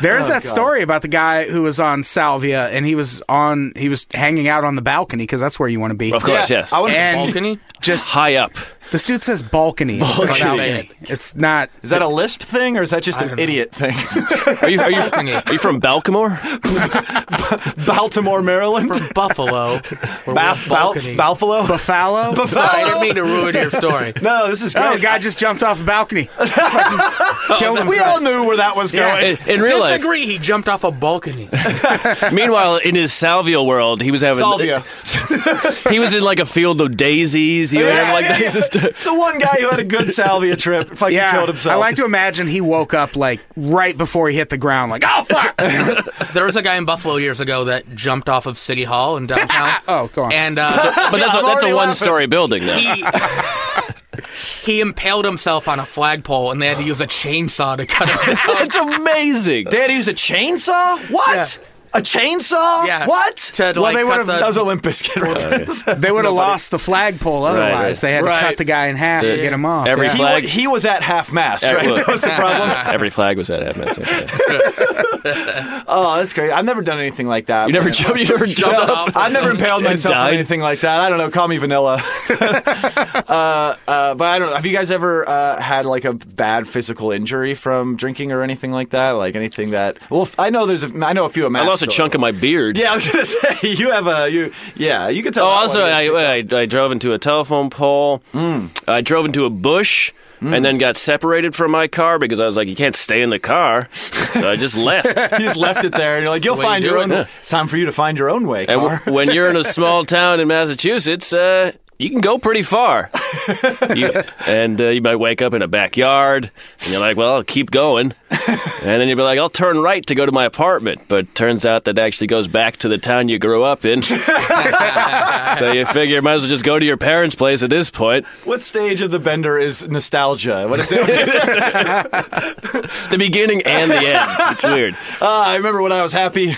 There's
Oh, God.
that story about the guy who was on salvia and he was on he was hanging out on the balcony because that's where you want to be.
Of course, yes.
I would,
And
Balcony?
just
High up.
this dude says balcony. instead of
Balcony.
balcony. It's not.
is that a lisp thing or is that just
I
an
don't know.
idiot thing?
Are you are you,
Balcony.
are you from Baltimore?
Baltimore, Maryland.
From Buffalo.
Bal-
Or
Bal-
balcony.
Buffalo.
Buffalo.
I didn't mean to ruin your story.
no, this is
Oh,
great.
the guy just jumped off a balcony. Fucking Killed
we all
himself.
knew where that was
Yeah.
going.
In, in real life.
Disagree. He jumped off a balcony.
Meanwhile, in his salvia world, he was having
Salvia.
he was in like a field of daisies. You know,
Yeah,
like
yeah,
that. He's
yeah.
just a-
the one guy who had a good salvia trip fucking
Yeah,
killed himself.
I like to imagine he woke up like right before he hit the ground, like oh fuck.
There was a guy in Buffalo years ago that jumped off of City Hall in downtown.
Oh, go on.
And uh,
but that's
I'm
a, that's
already
a
laughing.
one story building though.
he he impaled himself on a flagpole, and they had to use a chainsaw to cut it. down.
That's amazing.
They had to use a chainsaw? What? A chainsaw?
Yeah.
What?
To, like,
well, they
cut
would have.
the-
That was Olympus kid reference.
They would have lost the flagpole otherwise.
right.
They had
Right.
to cut the guy in half to get him off.
Every
yeah.
He, wa-
Flag.
he was at half mast,
Yeah,
right?
look.
That was the problem.
Every flag was at half mast. okay.
oh, that's great. I've never done anything like that.
You never
man.
jumped. You never jumped
No,
off.
I've never impaled
And
myself on
died.
anything like that. I don't know. Call me vanilla. uh, uh, but I don't know. Have you guys ever uh, had like a bad physical injury from drinking or anything like that? Like anything that? Well, f- I know there's. A, I know a few. Of
I lost a chunk of my beard.
Yeah, I was gonna say you have a you. Yeah, you could tell.
Oh,
that
also,
one is- Mm.
I, I I drove into a telephone pole. I drove into a bush. And then got separated from my car because I was like, you can't stay in the car. So I just left.
you just left it there, and you're like, you'll
That's the way
find
you
your
do
own.
it.
It's time for you to find your own way.
And
car.
w- when you're in a small town in Massachusetts, uh, you can go pretty far. You, and uh, you might wake up in a backyard, and you're like, well, I'll keep going. And then you'll be like, I'll turn right to go to my apartment. But turns out that actually goes back to the town you grew up in. so you figure you might as well just go to your parents' place at this point.
What stage of the bender is nostalgia? What is it?
The beginning and the end. It's weird.
uh, I remember when I was happy.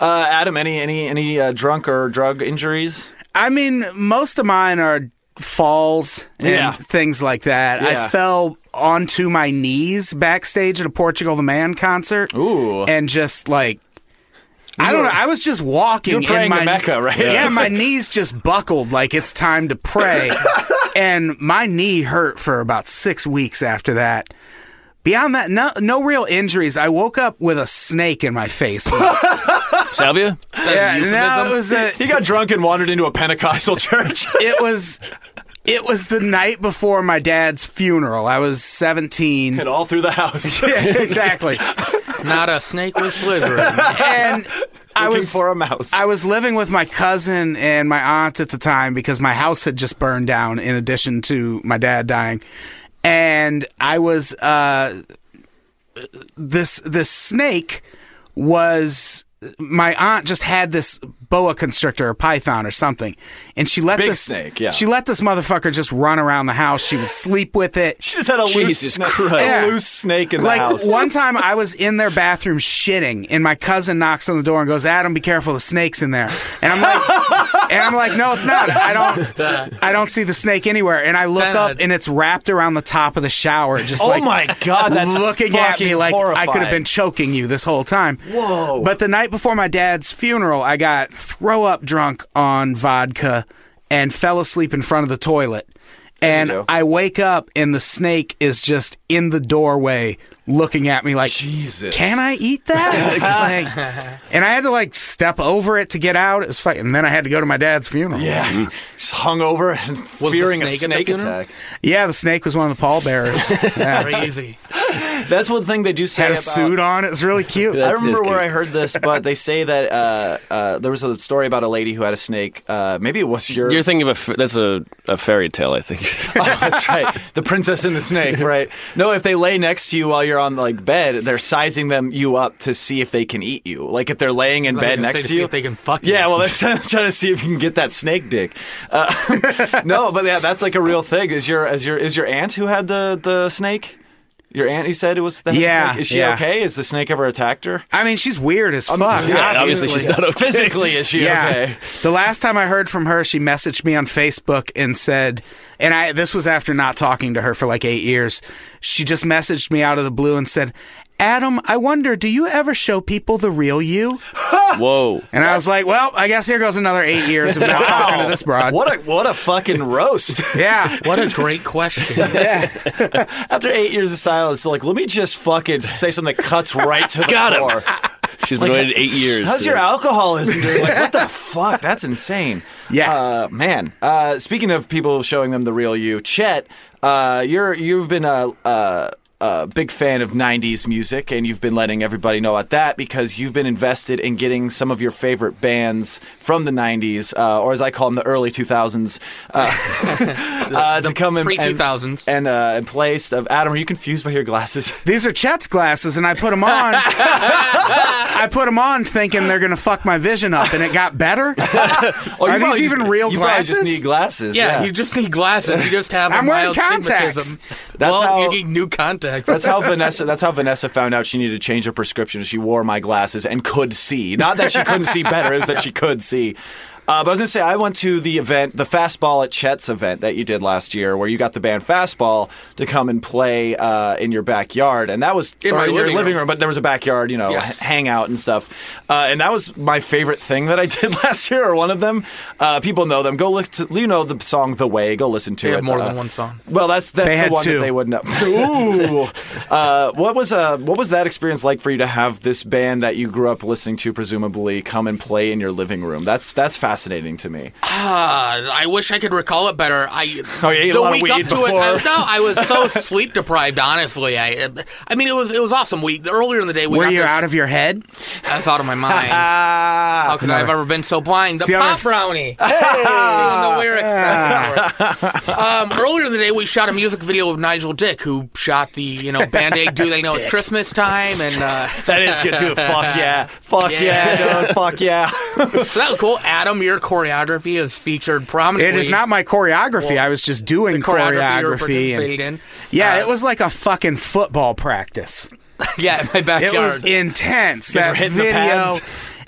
uh, Adam, any any any uh, drunk or drug injuries?
I mean, most of mine are falls and
Yeah.
things like that.
Yeah.
I fell onto my knees backstage at a Portugal the Man concert.
Ooh.
And just like I don't know. I was just walking.
You were praying
and
to
my,
Mecca, right?
Yeah.
Yeah.
my knees just buckled like it's time to pray. and my knee hurt for about six weeks after that. Beyond that, no, no real injuries. I woke up with a snake in my face.
Salvia?
yeah, no,
euphemism?
it was a,
He got drunk and wandered into a Pentecostal church.
it was it was the night before my dad's funeral. I was 17.
and all through the house.
Yeah, exactly.
Not a snake was slithering.
And I
Looking
was
for a mouse.
I was living with my cousin and my aunt at the time because my house had just burned down in addition to my dad dying. And I was uh this this snake was my aunt just had this boa constrictor or python or something and she let
Big
this
snake, yeah.
she let this motherfucker just run around the house she would sleep with it
she just had a loose
Jesus
snake.
Christ.
A
Yeah.
loose snake in the
like
house.
one time I was in their bathroom shitting and my cousin knocks on the door and goes, Adam, be careful, the snake's in there. And I'm like and I'm like, No, it's not. I don't I don't see the snake anywhere. And I look
Then
up
I'd-
and it's wrapped around the top of the shower, just
Oh
like
my god, that's
looking at me
fucking
like I could have
horrifying.
been choking you this whole time.
Whoa.
But the night before my dad's funeral, I got throw up drunk on vodka and fell asleep in front of the toilet. And
do.
I wake up and the snake is just in the doorway looking at me like,
Jesus.
can I eat that? Like, and I had to like step over it to get out. It was fucking, and then I had to go to my dad's funeral.
Yeah, just hung over and
the
fearing
snake
a
at the
snake
funeral?
attack.
Yeah, the snake was one of the pallbearers. Yeah.
Very easy.
That's one thing they do say
Had a
about-
suit on. It was really cute.
I
That's
remember
just
where
cute.
I heard this, but they say that uh, uh, there was a story about a lady who had a snake. Uh, maybe it was your.
You're thinking of a f- that's a, a fairy tale, I think.
Oh, that's right, the princess and the snake. Right. No, if they lay next to you while you're on like bed, they're sizing them you up to see if they can eat you. Like if they're laying in
I was
bed
gonna
next
say to
to
see
you,
if they can fuck you.
Yeah, well, they're trying to see if you can get that snake dick. Uh, no, but yeah, that's like a real thing. Is your is your is your aunt who had the the snake? Your aunt, you said it was the head
Yeah,
snake? Is she
yeah.
okay? Is the snake ever attacked her?
I mean, she's weird as fuck.
yeah, obviously she's not okay.
Physically, is she
Yeah.
okay?
The last time I heard from her, she messaged me on Facebook and said, and I this was after not talking to her for like eight years. She just messaged me out of the blue and said, Adam, I wonder, do you ever show people the real you?
Whoa.
And I was like, well, I guess here goes another eight years of not talking to this broad.
What a what a fucking roast!
yeah.
What a great question.
After eight years of silence, like let me just fucking say something that cuts right to the
Got him.
core.
She's been waiting eight years.
How's
to-
your alcoholism doing? Like, what the fuck? That's insane.
Yeah.
uh, man. Uh, speaking of people showing them the real you, Chet, uh, you're you've been a. a a big fan of 90s music, and you've been letting everybody know about that because you've been invested in getting some of your favorite bands from the 90s, uh, or as I call them, the early 2000s, uh, uh, to come and, and,
pre-2000s.
and, uh, and play stuff. Adam, are you confused by your glasses?
These are Chet's glasses, and I put them on. I put them on thinking they're going to fuck my vision up, and it got better.
Oh, you
Are these
probably
even real
you probably just
glasses?
need glasses.
Yeah, you just need glasses. You just have. a
I'm wearing
mild
contacts.
Stigmatism.
That's
well,
how-
you need new contacts.
That's how Vanessa. That's how Vanessa found out she needed to change her prescription. She wore my glasses and could see. Not that she couldn't see better. It was that she could see. Uh, but I was gonna say I went to the event, the fastball at Chet's event that you did last year, where you got the band Fastball to come and play uh, in your backyard, and that was
In
or
my
your
living
living
room.
room. But there was a backyard, you know,
Yes.
h- hangout and stuff. Uh, and that was my favorite thing that I did last year, or one of them. Uh, people know them. Go look to you know the song "The Way." Go listen to
They
it.
have more
Uh,
than one song.
Well, that's that's
They
the
had
one that
two.
they would know. Ooh, uh, what was uh, what was that experience like for you to have this band that you grew up listening to, presumably, come and play in your living room? That's that's fascinating to me.
Uh, I wish I could recall it better. I
Oh, you ate a
the
lot of
week
weed
up to it,
before.
I was, out- I was so sleep deprived. Honestly, I I mean it was it was awesome. We earlier in the day we
Were
got
you
this-
out of your head?
I was out of my mind.
Ah,
How could I have ever been so blind? The
the other-
pop brownie. Hey! um, earlier in the day, we shot a music video of Nigel Dick, who shot the you know Band Aid. Do they know it's Christmas time? And uh,
that is good too. Fuck yeah, fuck yeah,
Yeah.
dude, fuck yeah.
so that was cool. Adam, your choreography is featured prominently.
It is not my choreography. I was just doing
choreography you
choreography. and-
participated in.
yeah,
Uh,
it was like a fucking football practice.
yeah in my
It
backyard.
was intense.
guys were
That
hitting the
video.
pads?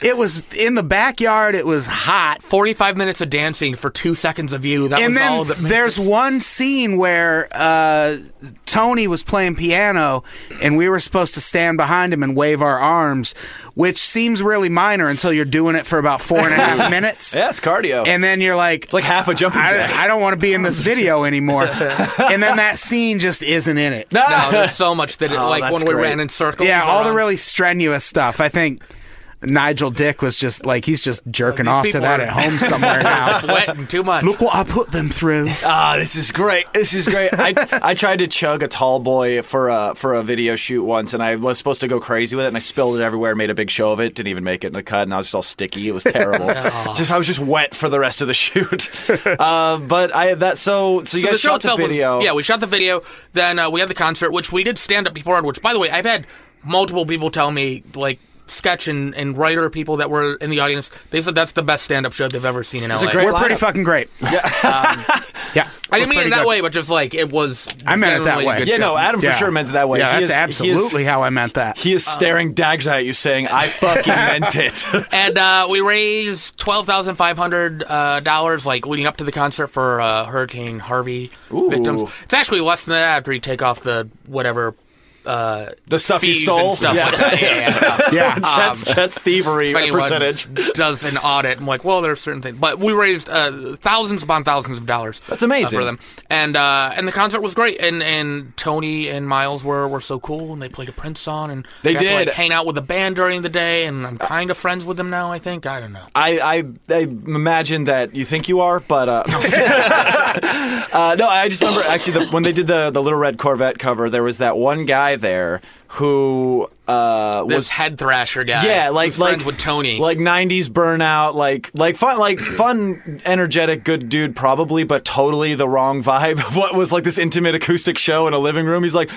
It was in the backyard. It was hot.
45 minutes of dancing for two seconds of you. That
and
was
then
all that.
there's one scene where uh, Tony was playing piano, and we were supposed to stand behind him and wave our arms, which seems really minor until you're doing it for about four and a half minutes,
Yeah, it's cardio.
and then you're like,
it's like half a jumping jack.
I, I don't want to be in this video anymore. and then that scene just isn't in it.
no, there's so much that it, like
Oh, that's
when we
great.
ran in circles.
yeah, all the
around-
really strenuous stuff. I think. Nigel Dick was just like he's just jerking off to
people
that
are-
at home somewhere now.
sweating too much.
Look what I put them through.
Ah, this is great. This is great. I I tried to chug a tall boy for a for a video shoot once, and I was supposed to go crazy with it, and I spilled it everywhere, made a big show of it, didn't even make it in the cut, and I was just all sticky. It was terrible.
Oh,
Just I was just wet for the rest of the shoot. Uh, but I that so so you
So
guys shot the
itself was-
video.
yeah, we shot the video. Then uh, we had the concert, which we did stand up beforehand. Which, by the way, I've had multiple people tell me like sketch and, and writer people that were in the audience. They said that's the best stand up show they've ever seen in LA.
a great-
We're pretty
lineup.
fucking great. Yeah. yeah.
I didn't Um, mean it
Pretty
that
good.
way, but just like it was.
I meant it that
generally a
way.
good
yeah.
show.
No, Adam
Yeah.
for sure meant it that way.
Yeah,
He
that's
is- he is-
absolutely how I meant that.
He is
Uh,
staring daggers at you, saying, "I fucking meant it."
and uh, we raised twelve thousand five hundred uh, dollars, like leading up to the concert for uh, Hurricane Harvey victims. It's actually less than that after you take off the whatever uh,
The stuff you
fees
stole?
and stuff
Yeah.
like that. Yeah, yeah, yeah.
Yeah.
that's,
Um,
that's thievery
if anyone
percentage.
does an audit, I'm like, well, there are certain things, but we raised uh, thousands upon thousands of dollars.
That's amazing.
uh, for them, and uh, and the concert was great, and and Tony and Miles were were so cool, and they played a Prince song, and
They
got to, like,
did.
hang out with the band during the day, and I'm kind of friends with them now. I think I don't know.
I, I I imagine that you think you are, but uh, uh, no, I just remember actually the, when they did the the Little Red Corvette cover, there was that one guy there who uh,
This
was
head thrasher guy,
yeah, like
who's
like
friends with Tony,
like '90s burnout, like like fun, like fun, energetic, good dude, probably, but totally the wrong vibe of what was like this intimate acoustic show in a living room. He's like,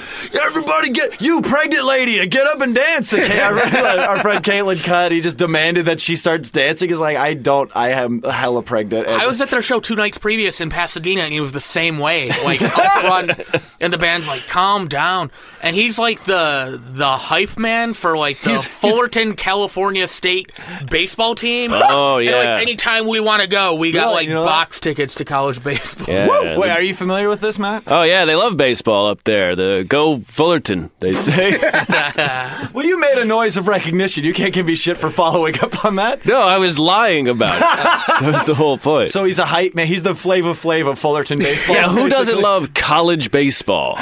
"Everybody, get you pregnant lady, get up and dance." Okay, our, our friend Caitlin Cut, he just demanded that she starts dancing. He's like, "I don't, I am hella pregnant." And
I was at their show two nights previous in Pasadena, and he was the same way, like up front, and the band's like, "Calm down," and he's like the the hype man for like the Fullerton, California State baseball team.
Oh,
And,
yeah.
like anytime we want to go, we got
Really?
like
You know
box tickets to college baseball.
Yeah.
Woo! Wait, are you familiar with this, Matt?
Oh yeah, they love baseball up there. The go Fullerton, they say.
Well, you made a noise of recognition. You can't give me shit for following up on that.
no, I was lying about it. that was the whole point.
So he's a hype man. He's the Flava Flav of Fullerton baseball.
yeah, who doesn't
basically.
love college baseball?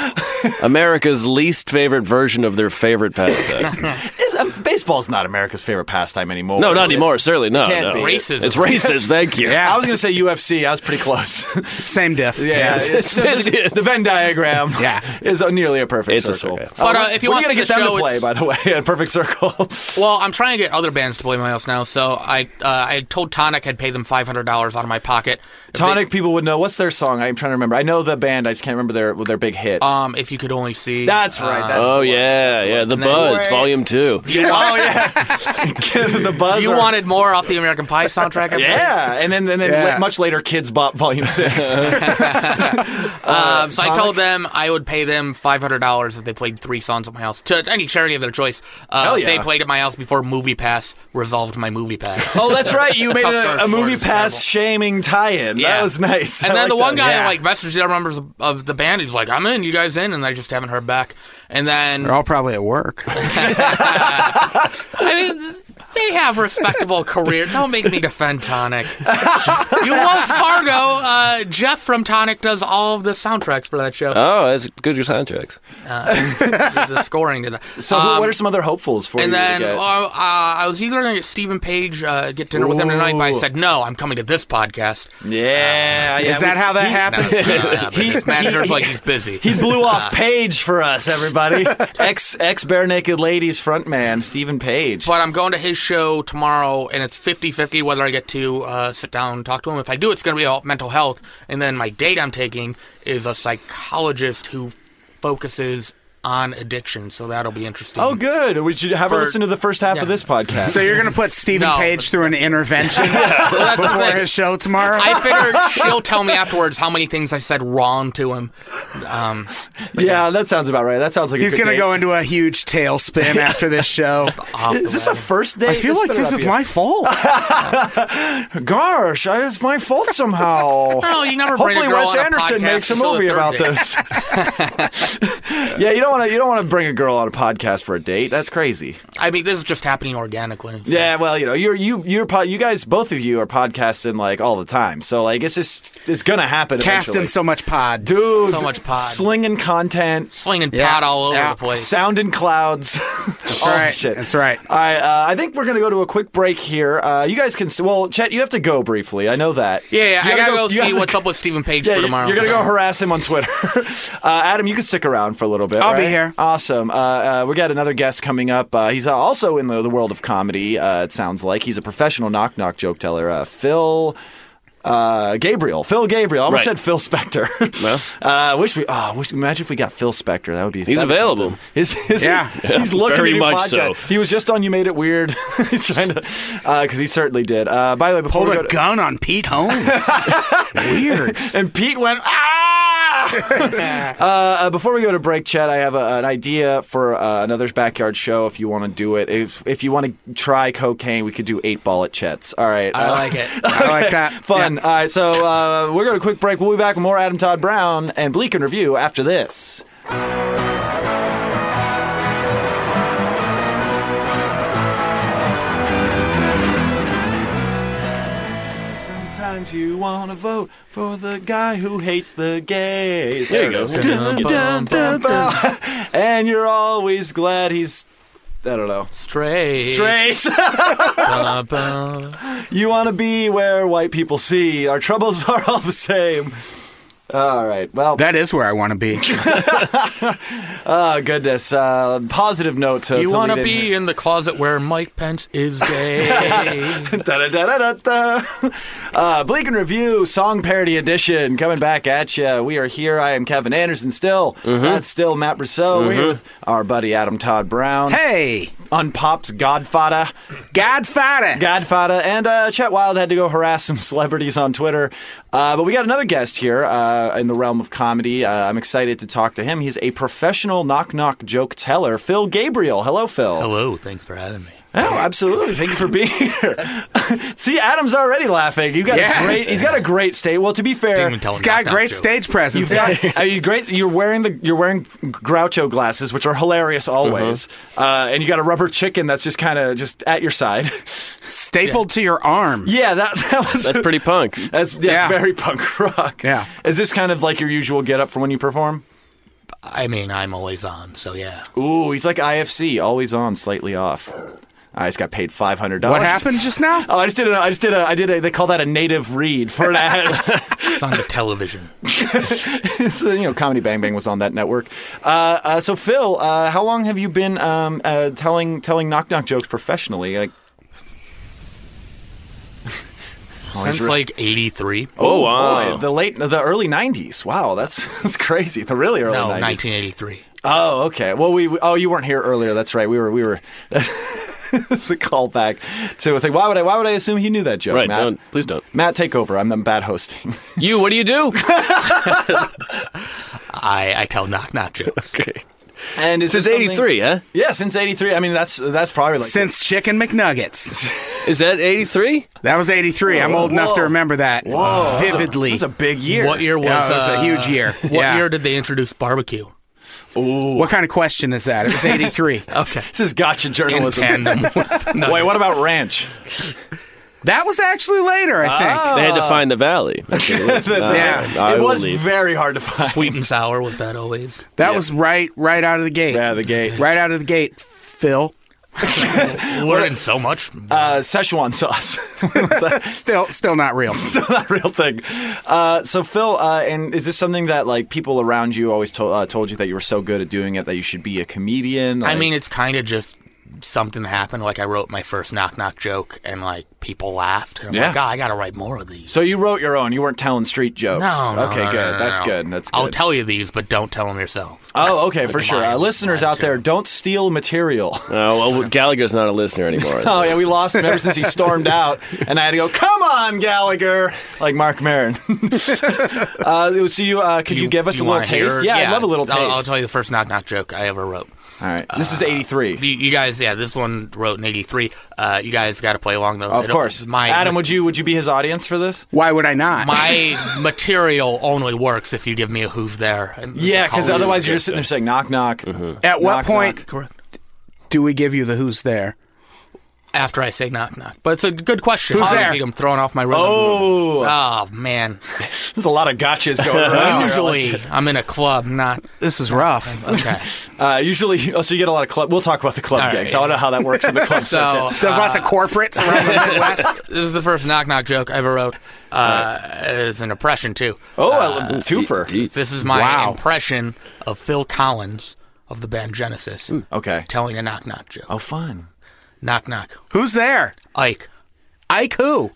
America's least favorite version of their favorite pastime.
Is, um, baseball's not America's favorite pastime anymore.
No, not
Is it?
anymore. Certainly no.
Can't
no.
be.
Racism.
It's racist. Thank you.
I was going to say UFC. I was pretty close.
Same diff.
yeah, it's- it's- the Venn diagram.
Yeah.
is a- nearly a perfect
It's a
circle.
circle.
But, uh,
we-
if you
we
want
gotta
to
get
see the
them
show,
to play,
it's-
by the way, a perfect circle.
Well, I'm trying to get other bands to play my house now, so I uh, I told Tonic I'd pay them five hundred dollars out of my pocket. If they-
Tonic people would know what's their song. I'm trying to remember. I know the band. I just can't remember their their big hit.
um, if you could only see. uh,
that's right. That's
Oh
the one.
yeah, yeah. The
And then-
Buzz, Volume Two.
Yeah, Oh yeah. the buzz.
you
or-
wanted more off the American Pie soundtrack. I believe?
Yeah, and then and then
Yeah.
like, much later, Kids Bop Volume Six. Uh,
Um, so I told them I would pay them five hundred dollars if they played three songs at my house to any charity of their choice. Uh,
Hell
if They
yeah.
played at my house before Movie Pass resolved my Movie Pass.
oh, that's right. You made
Customer's
a, a movie
word is
pass
terrible.
shaming tie-in. That
Yeah.
was nice.
and
I
then
like
the one
that.
guy
yeah.
like messaged the other members of- of the band. He's like, "I'm in, you guys in?" And I just haven't heard back. And then
They're all probably at work.
I mean. They have respectable career. Don't make me defend Tonic. you love Fargo. Uh, Jeff from Tonic does all of the soundtracks for that
Uh.
show.
Oh, that's good. Your soundtracks.
the scoring to that.
So, who what are some other hopefuls for
Um, And
you? to
then
get?
uh, uh, I was either going to get Stephen Page, uh, get dinner with him tonight, but I
Ooh.
said, no, I'm coming to this podcast.
yeah, yeah,
Is that
we-
how that
No,
happens?
it's not happening. His manager's like, he's busy.
He blew off Page for us, everybody. ex ex bare naked ladies frontman Stephen Page.
But I'm going to his show tomorrow, and it's 50 50 whether I get to uh, sit down and talk to him. If I do, it's going to be about mental health. And then my date I'm taking is a psychologist who focuses on addiction, so that'll be interesting.
Oh, good. We should have a
For-
listen to the first half
yeah.
of this podcast.
So you're going to put Stephen
No.
Page through an intervention
That's the
before
thing.
his show tomorrow?
I figured she'll tell me afterwards how many things I said wrong to him. Um,
yeah, that sounds about right. That sounds like
He's
going to
go into a huge tailspin after this show.
off the
Is this a first date?
I feel like
better
this
not
is
be a-
my fault.
Gosh, I- it's my fault somehow.
No, you never bring a
Hopefully,
girl
Wes
on a
Anderson
podcast
makes a
until the
movie
third
about
date.
this. yeah, you don't want to. You don't want to bring a girl on a podcast for a date. That's crazy.
I mean, this is just happening organically. So.
Yeah, well, you know, you're you you're po- you guys both of you are podcasting like all the time, so like it's just it's gonna happen.
Casting
eventually.
so much pod.
dude,
so much pod.
slinging content,
slinging
Yeah.
pot all over
Yeah.
the place.
sound in clouds. That's
right.
Shit.
That's right.
All right. Uh, I think we're gonna go to a quick break here. Uh, you guys can. St- well, Chet, you have to go briefly. I know that.
yeah, yeah,
You
I gotta go,
you
see
gotta-
what's up with Stephen Page
Yeah,
for
you-
tomorrow.
you're gonna go harass him on Twitter. uh, Adam, you can stick around for a little bit.
I'll be
right?
here.
Awesome. Uh, uh, we got another guest coming up. Uh, he's uh, also in the, the world of comedy. Uh, it sounds like he's a professional knock knock joke teller. Uh, Phil. Uh, Gabriel, Phil Gabriel. I almost
Right.
said Phil Spector.
Well.
uh, wish we. Oh, wish, imagine if we got Phil Spector. That would be.
He's
that'd be
available.
something. Is, is
Yeah.
he? He's looking
Very
to do
much
podcast.
so.
He was just on. You made it weird. he's trying to because he certainly did. Uh, by the way, before
Pulled
we go
a
to-
gun on Pete Holmes. Weird.
and Pete went, ah! uh, uh, before we go to break, Chad, I have a, an idea for uh, another's backyard show if you want to do it. If, if you want to try cocaine, we could do eight ball at Chet's. All right.
I
uh,
like it.
I like that.
Fun. All right. So uh, we're going to quick break. We'll be back with more Adam Todd Brown and Bleak and Review after this. If you want to vote for the guy who hates the gays.
There you
it
go.
is. Dun, dun, dun, dun. and you're always glad he's. I don't know.
Straight.
Straight.
Ba, ba.
you want to be where white people see. Our troubles are all the same. All right. Well,
That is where I want to be.
oh, goodness. Uh, positive note to
You
want to lead in here.
be in the closet where Mike Pence is gay.
Da-da-da-da-da. Uh, Bleak and Review song parody edition coming back at you. We are here. I am Kevin Anderson. Still, that's still Matt Brousseau. We're here with our buddy Adam Todd Brown,
hey,
Unpop's Godfather,
Godfather.
Godfather, and uh, Chet Wild had to go harass some celebrities on Twitter. Uh, but we got another guest here uh, in the realm of comedy. Uh, I'm excited to talk to him. He's a professional knock knock joke teller, Phil Gabriel. Hello, Phil.
Hello, thanks for having me.
Oh, absolutely. Thank you for being here. See, Adam's already laughing. You got
Yeah.
a great he's got a great state. Well, to be fair,
Didn't even tell
He's
him
got
knock-knock
great
joke.
stage
you've
presence. Yeah.
got uh, you great you're wearing the you're wearing Groucho glasses, which are hilarious always.
Uh-huh.
Uh, and you got a rubber chicken that's just kind of just at your side.
Stapled to your arm.
Yeah, that that was
That's pretty punk.
That's yeah,
Yeah.
It's very punk rock.
Yeah.
Is this kind of like your usual get up for when you perform?
I mean, I'm always on, so yeah.
Ooh, he's like IFC, always on, slightly off. I just got paid five hundred dollars.
What happened just now?
Oh, I just did a, I just did a, I did a, they call that a native read for an ad.
It's on the television.
so, you know, Comedy Bang Bang was on that network. Uh, uh, so, Phil, uh, how long have you been um, uh, telling telling knock knock jokes professionally? Like, Oh, he's
Since
re-
like '83.
Oh,
boy,
wow.
the late, the early '90s. Wow, that's that's crazy. The really early
No,
90s.
1983.
Oh, okay. Well, we, we- oh, you weren't here earlier. That's right. We were we were. it's a callback to a thing. Why would I? Why would I assume he knew that joke?
Right,
Matt?
don't- please don't.
Matt, take over. I'm, I'm bad hosting.
You, what do you do?
I I tell knock knock jokes.
Okay.
And is
Since
this something-
'83, huh?
Yeah, since '83. I mean, that's that's probably like
Since Chicken McNuggets.
Is that '83?
That was 83. I'm old enough
Whoa.
to remember that
Whoa, that's a-
vividly.
That's a, big year.
What year was,
Yeah, it was a
uh,
huge year.
What
Yeah.
year did they introduce barbecue?
what kind of question is that? It was 83.
Okay.
This is gotcha
In
journalism.
tandem. with- no,
Wait, what about ranch?
that was actually later, I
Ah,
think.
They had to find the valley. Okay, let's- all
yeah,
right, I
Uh, it
will
was
leave.
very hard to find.
Sweet and sour was that always?
that was right right out of the gate.
the gate.
Right out of the gate, Phil.
Learning so much.
Uh, Szechuan sauce. That's
Still still not real.
not a real thing. Uh, so Phil, uh, and is this something that like people around you always to- uh, told you that you were so good at doing it that you should be a comedian?
I
Like-
mean, it's kind of just something that happened. Like I wrote my first knock knock joke, and like people laughed. And I'm
Yeah.
like, oh, I got to write more of these.
so you wrote your own. You weren't telling street jokes.
no, no,
okay,
no, no,
good.
no,
That's
no.
good. That's good.
I'll tell you these, but don't tell them yourself.
Oh, okay, for sure.
mine-
Uh, listeners
mine
out there, don't steal material.
Oh, well, Gallagher's not a listener anymore. is
Oh
he?
yeah, we lost him ever since he stormed out, and I had to go. Come on, Gallagher, like Mark Maron. uh, so you uh, could you, give us
do
a little
wanna hear?
taste? Yeah, I love a little taste.
I'll, Uh, I'll tell you the first knock knock joke I ever wrote.
All right, this is '83.
You, you guys, yeah, this one wrote in '83. Uh, you guys got to play along though. I
Of
don't-
course,
my
Adam, would you would you be his audience for this?
Why would I not?
my material only works if you give me a Mm-hmm. who's there. And
Yeah,
call
because
it-
otherwise you're just sitting there saying knock knock.
At
knock,
what point
correct.
do we give you the who's there?
After I say knock knock, but it's a good question.
Who's
I
there?
think I'm throwing off my rhythm.
Oh.
oh man.
There's a lot of gotchas going around.
Usually I'm in a club, not
This is rough.
okay.
uh, usually, oh, so you get a lot of club. We'll talk about the club
All
gigs.
right.
I don't know how that works in the club.
So uh,
circuit.
There's lots of corporates around the Midwest.
this is the first knock knock joke I ever wrote. Uh, It's an impression too.
oh, I love twofer.
Deep.
This is my
Wow.
impression of Phil Collins of the band Genesis
Hmm.
Okay.
telling a knock knock joke.
Oh, fun.
Knock knock.
Who's there?
Ike.
Ike who?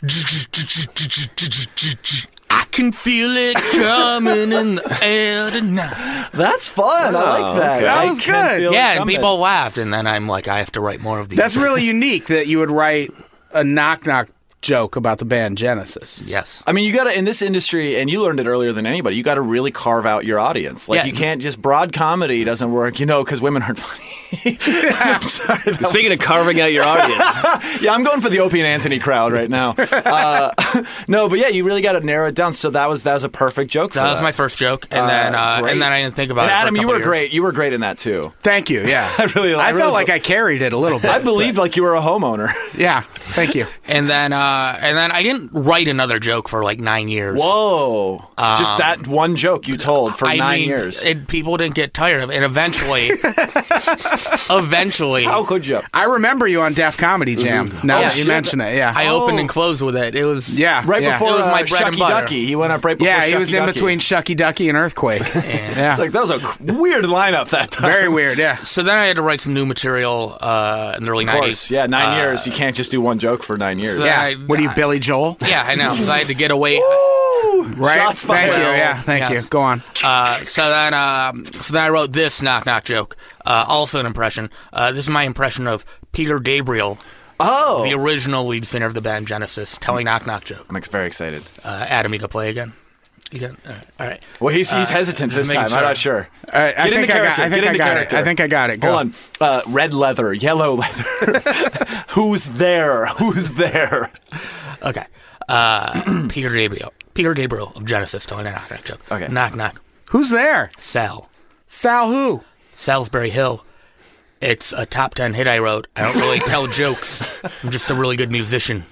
I can feel it coming in the air tonight.
That's fun. I like that.
okay.
I
That was
can
good.
feel it
Yeah, and
coming.
people laughed, and then I'm like, I have to write more of these.
That's really unique that you would write a knock knock joke about the band Genesis.
yes.
I mean, you got to in this industry, and you learned it earlier than anybody. You got to really carve out your audience. Like
Yeah.
you can't just broad comedy doesn't work, you know, because women aren't funny. I'm sorry. that was-
Speaking of carving out your audience,
yeah, I'm going for the Opie and Anthony crowd right now. Uh, no, but yeah, you really got to narrow it down. So that was that was a perfect joke. for
That was
that.
my first joke, and then uh,
great.
and then I didn't think
And
about it. for a
Adam, you
couple
were
years.
great. You were great in that too.
Thank you. Yeah.
I really- I
I,
really-
felt like I carried it a little bit.
I believed like you were a homeowner.
yeah. Thank you.
And then uh, and then I didn't write another joke for like nine years.
Whoa! Just that one joke you told for
I
nine
mean,
years.
It, people didn't get tired of it. And eventually, eventually,
How could you?
I remember you on Deaf Comedy Jam.
Mm-hmm.
Now
Oh,
that you
shit.
mention it, yeah,
I opened and closed with it. It was
yeah,
Right
yeah.
before
It was
uh,
my bread and
Shucky
butter.
Ducky, he went up right before.
Yeah, he was
Shucky
in
Ducky.
between Shucky Ducky and Earthquake. yeah,
It's like that was a c- weird lineup that time.
very weird. Yeah,
So then I had to write some new material uh, in the early
Of course,
nineties.
yeah, nine years. You can't just do one joke for nine years.
So-
yeah.
I-
Uh, what are you, Billy Joel?
Yeah, I know. So I had to get away.
Woo!
Right.
Shots
thank
fired.
you. Yeah, thank
Yes.
you. Go on.
Uh, so then, um, so then I wrote this knock knock joke. Uh, also an impression. Uh, this is my impression of Peter Gabriel, the
Oh,
original lead singer of the band Genesis, telling knock knock joke.
I'm ex- very excited.
Uh, Adam, you can play again. You can. All right. All right.
Well, he's he's hesitant this
making
time. I'm not
sure.
sure.
All right, I
Get into
think I got.
character.
I think
Get
I
into
got it.
character.
I think I got it. Go
Hold on. Uh, red leather, yellow leather. Who's there? Who's there?
Okay. Uh, Peter Gabriel. Peter Gabriel of Genesis telling a knock knock joke.
Okay.
Knock knock.
Who's there?
Sal.
Sal who?
Salisbury Hill. It's a top ten hit I wrote. I don't really tell jokes. I'm just a really good musician.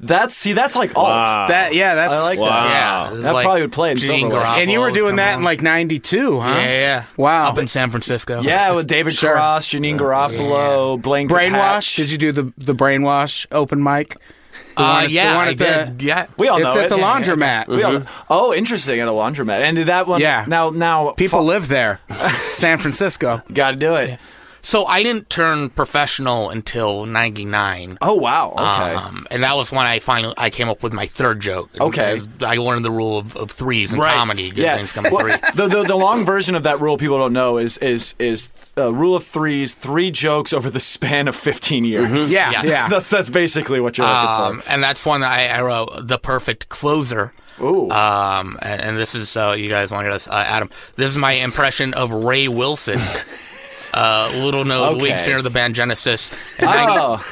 That's see. That's like alt.
Wow.
That yeah, that's
I like
Wow.
that.
Yeah,
Wow.
it was
That probably would play in
Gene
Silver Lake.
Garofalo
And you were
was
doing
coming
that
along.
in like 92, huh?
yeah, yeah, yeah.
Wow.
up in San Francisco.
Yeah, with David
Sure.
Cross, Janine Garofalo, Blaine
Brainwash? Did you do the the brainwash open mic? The
uh,
one at-
yeah,
the one
I
at the-
did. Yeah,
We all
it's
know
at
it.
the
Yeah, yeah,
laundromat.
We all,
Mm-hmm.
oh, interesting. At a laundromat, and did that one.
Yeah.
Now, now
People live there. San Francisco.
got to do it.
so I didn't turn professional until '99.
Oh wow. Okay.
Um, and that was when I finally I came up with my third joke. And
Okay.
it was- I learned the rule of, of threes in comedy. Good
yeah.
things come in
Well,
three.
the, the the long version of that rule people don't know is is is uh, rule of threes, three jokes over the span of fifteen years.
Yeah,
Mm-hmm. Yeah.
yeah.
That's that's basically what you're looking
Um, and that's one that I, I wrote the perfect closer.
for. Ooh.
Um, and, and this is uh, you guys want to hear this, uh, Adam? This is my impression of Ray Wilson, uh, little known
Okay.
lead singer of the band Genesis, and,
Oh.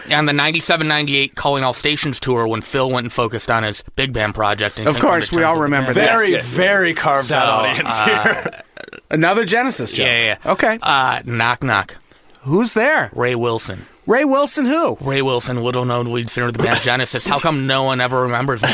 90 and the 97-98 Calling All Stations tour when Phil went and focused on his big band project. And
Of
couldn't come
course,
to
we
terms
all
with the
remember
band.
that.
very, very carved out
uh,
audience here.
Another Genesis joke.
Yeah, yeah, yeah.
Okay.
Uh, knock knock.
Who's there?
Ray Wilson.
Ray Wilson
Uh,
who?
Ray Wilson, little known lead singer of the band Genesis. How come no one ever remembers me?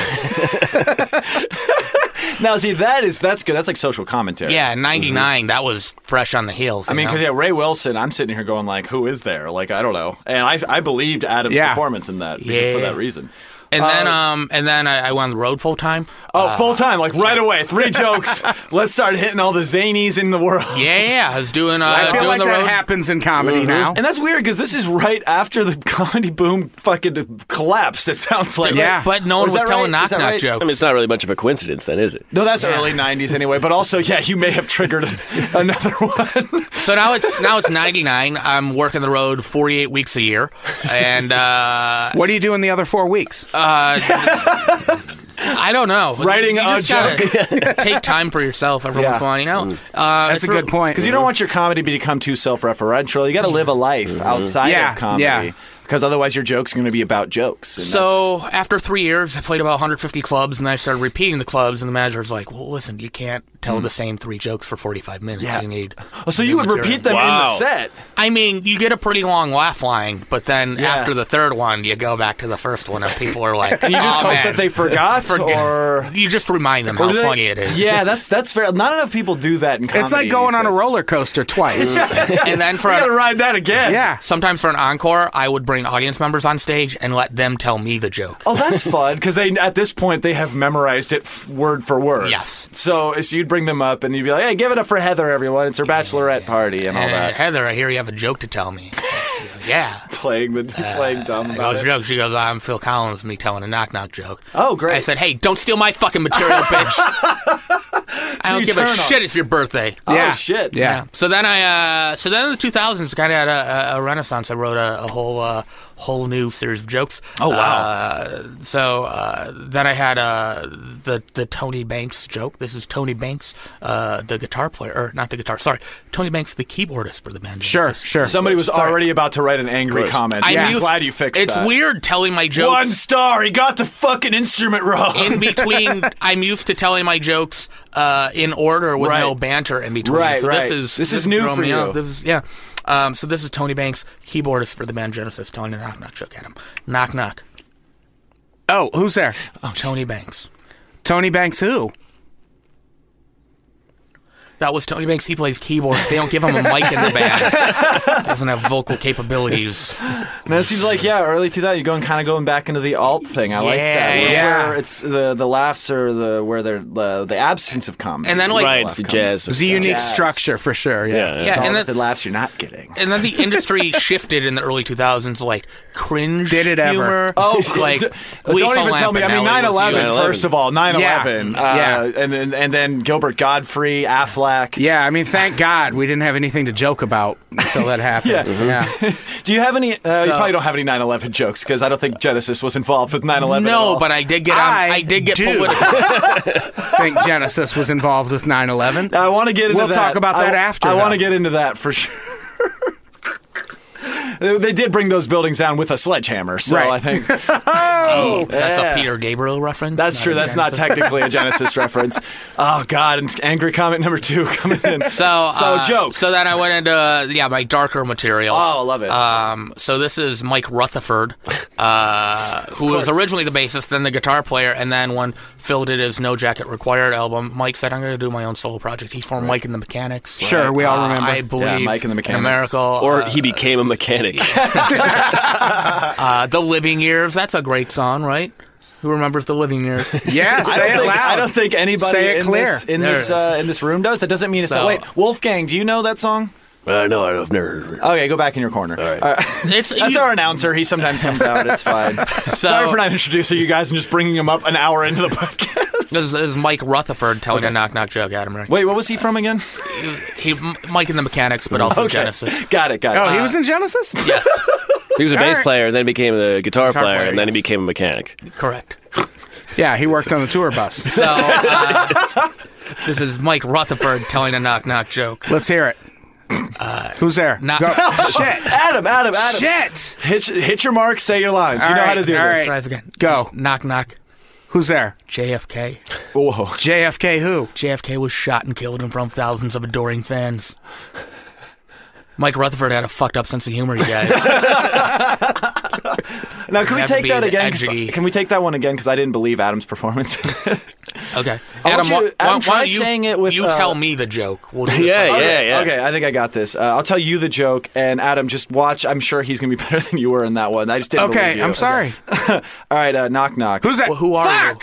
Now, see, that is that's good. That's like social commentary.
Yeah, '99. That was fresh on the heels.
I mean, because yeah, Ray Wilson. I'm sitting here going like, who is there? Like, I don't know. And I I believed Adam's
Yeah.
performance in that be-
Yeah.
for that reason.
And then, um, and then I, I went on the road full time.
Oh, full time, like right away, three jokes. Let's start hitting all the zanies in the world.
Yeah, yeah, I was doing. Uh,
I feel
doing
like
the
that
road.
happens in comedy now.
Mm-hmm. And that's weird because this is right after the comedy boom fucking collapsed. It sounds like
Yeah.
But no
Or
one
is
was
that
telling
right?
knock
Is that
knock
right?
I mean,
jokes.
it's not really much of a coincidence, then, is it?
No, that's early '90s anyway. But also, yeah, you may have triggered another one.
so now it's now it's ninety nine. I'm working the road forty eight weeks a year, and uh,
what do you do in the other four weeks?
Uh,
I don't know.
Writing
You
a
just gotta take time for yourself every
Yeah.
once in a while. You know, uh,
That's
it's
a good
real-
point.
Because you don't want your comedy to become too self-referential. You got to live a life outside
Mm-hmm. Yeah,
of comedy.
yeah.
Because otherwise, your jokes are going to be about jokes. and
So after three years, I played about 150 clubs, and I started repeating the clubs. And the manager was like, "Well, listen, you can't tell the same three jokes for 45 minutes.
Hmm. Yeah.
You need."
that's- Oh, so you would
material.
repeat them in
Wow.
the set.
I mean, you get a pretty long laugh line, but then
Yeah.
after the third one, you go back to the first one, and people are like,
You just
"Aw,
hope
man."
that they forgot,
Forget-
or
you just remind them
or
how
do they-
funny it is.
Yeah, that's that's fair. Not enough people do that in comedy.
it's like going
these
on a
days.
roller coaster twice.
And then for
We got to
an,
ride that again.
yeah.
sometimes for an encore, I would bring audience members on stage and let them tell me the joke.
Oh, that's fun because they at this point they have memorized it f- word for word.
Yes.
So, so you'd bring them up and you'd be like, "Hey, give it up for Heather, everyone! It's her bachelorette party and all
Uh,
that."
Heather, I hear you have a joke to tell me. yeah.
playing the playing dumb.
I
About
was
it.
joking. She goes, I'm Phil Collins, me telling a knock knock joke.
Oh, great.
I said, hey, don't steal my fucking material, bitch. I don't
you
give a
turn on
shit. It's your birthday.
Yeah.
Oh shit!
Yeah.
So then I, uh, so then in the 2000s, kind of had a, a, a renaissance. I wrote a, a whole, uh, whole new series of jokes.
Oh, wow.
Uh, so uh, then I had uh, the the Tony Banks joke. This is Tony Banks, uh, the guitar player, or not the guitar. Sorry, Tony Banks, the keyboardist for the band.
Sure,
Genesis.
sure.
Somebody was already about to write an angry
Gross.
comment.
I
I'm
knew-
glad you fixed
It's
that.
weird telling my jokes.
One star. He got the fucking instrument wrong.
in between, I'm used to telling my jokes uh, in order with
Right.
no banter in between.
Right,
so
right.
This is
This is new
throwing
for
me
you.
off. This is, yeah. Um, so this is Tony Banks, keyboardist for the band Genesis. Tony, knock, knock, joke at him. Knock, knock.
Oh, who's there?
Tony Banks.
Tony Banks. Who?
That was Tony Banks. He plays keyboards. They don't give him a mic in the band. Doesn't have vocal capabilities.
And it seems like yeah, early to that you're going kind of going back into the alt thing. I like that.
Yeah,
Where-
yeah.
where it's the the laughs are the where they're the, the absence of comedy.
And then, like-
Right, it's the
Comes-
jazz.
It's a unique
Jazz.
structure for sure. Yeah.
yeah.
Yeah,
all
and
of
then-
the laughs you're not getting.
And then the industry shifted in the early 2000s, like cringe
Did it ever.
humor.
Oh,
like
d- don't even tell me. I mean, 9/11,
9/11.
First of all, 9/11.
Yeah.
Uh, and then and then Gilbert Godfrey, Affleck.
Yeah, I mean, thank God we didn't have anything to joke about until that happened. yeah.
Do you have any? Uh, you
So-
probably don't have any 9/11 jokes because I don't think Genesis was involved with 9/11. at
No,
all.
but I did get on,
I
I, did get
do.
political.
think Genesis was involved with 9 11.
I want to get into
We'll
that.
talk about
I-
that after,
I want
though.
to get into that for sure. They- they did bring those buildings down with a sledgehammer, so
Right.
I think
oh, that's
yeah.
a Peter Gabriel reference.
that's true.
a
That's not
Genesis.
technically a Genesis reference. Oh God! And angry comment number two coming in.
So, uh,
so jokes.
So then I went into uh, yeah my darker material.
oh, I love it.
Um, so this is Mike Rutherford, uh, who was originally the bassist, then the guitar player, and then when Phil did his No Jacket Required album, Mike said, "I'm going to do my own solo project." He formed Mike and the Mechanics.
Sure, we all
Uh,
remember.
I believe
Mike and the
in
Mechanics.
a Miracle,
Or
uh,
he became a mechanic.
uh, the Living Years. That's a great song, right? Who remembers the Living Years?
Yeah,
I
say
don't,
it
think,
loud.
I don't think anybody
Say it
in
clear.
this in
There
this
it is.
uh, in this room does. That doesn't mean it's not.
So-
Wait, Wolfgang, do you know that song?
uh, no, I've never heard of it.
Okay, go back in your corner. All
right.
it's
That's
you-
our announcer. He sometimes comes out. It's fine. Sorry for not introducing you guys and just bringing him up an hour into the podcast.
This is Mike Rutherford telling a knock knock joke, Adam. Right?
Wait, what was he from again?
He, M- Mike and the Mechanics, but also Genesis.
Got it. Got it.
oh, he was in Genesis?
Yes,
He was a bass
uh,
right.
player, then became a guitar, player,
player,
and then he
yes.
became a mechanic.
correct.
Yeah, he worked on the tour bus.
So uh, this is Mike Rutherford telling a knock knock joke.
Let's hear it.
Uh,
Who's there?
not-
Go. Shit.
Adam. Adam. Adam.
Shit.
Hit, hit your marks. Say your lines.
All
you know how
right,
to do
all
this.
right.
Try this again.
Go.
Knock knock.
Who's there?
JFK.
Whoa.
JFK who?
JFK was shot and killed in front of thousands of adoring fans. Mike Rutherford had a fucked up sense of humor, you guys.
Now, can we
Have to
take
be
that
the
again? 'Cause-
edgy.
Can we take that one again? Because I didn't believe Adam's performance.
Okay.
want
Adam,
you-
why-
Adam,
why- why
try
don't you,
saying it with,
You
uh,
tell me the joke. We'll do this
Yeah,
one.
okay,
yeah.
Okay, I think I got this. Uh, I'll tell you the joke, and Adam, just watch. I'm sure he's gonna be better than you were in that one. I just didn't. believe
Okay,
you.
I'm sorry.
All right, uh, knock knock.
Who's that?
Well, who are
Fuck!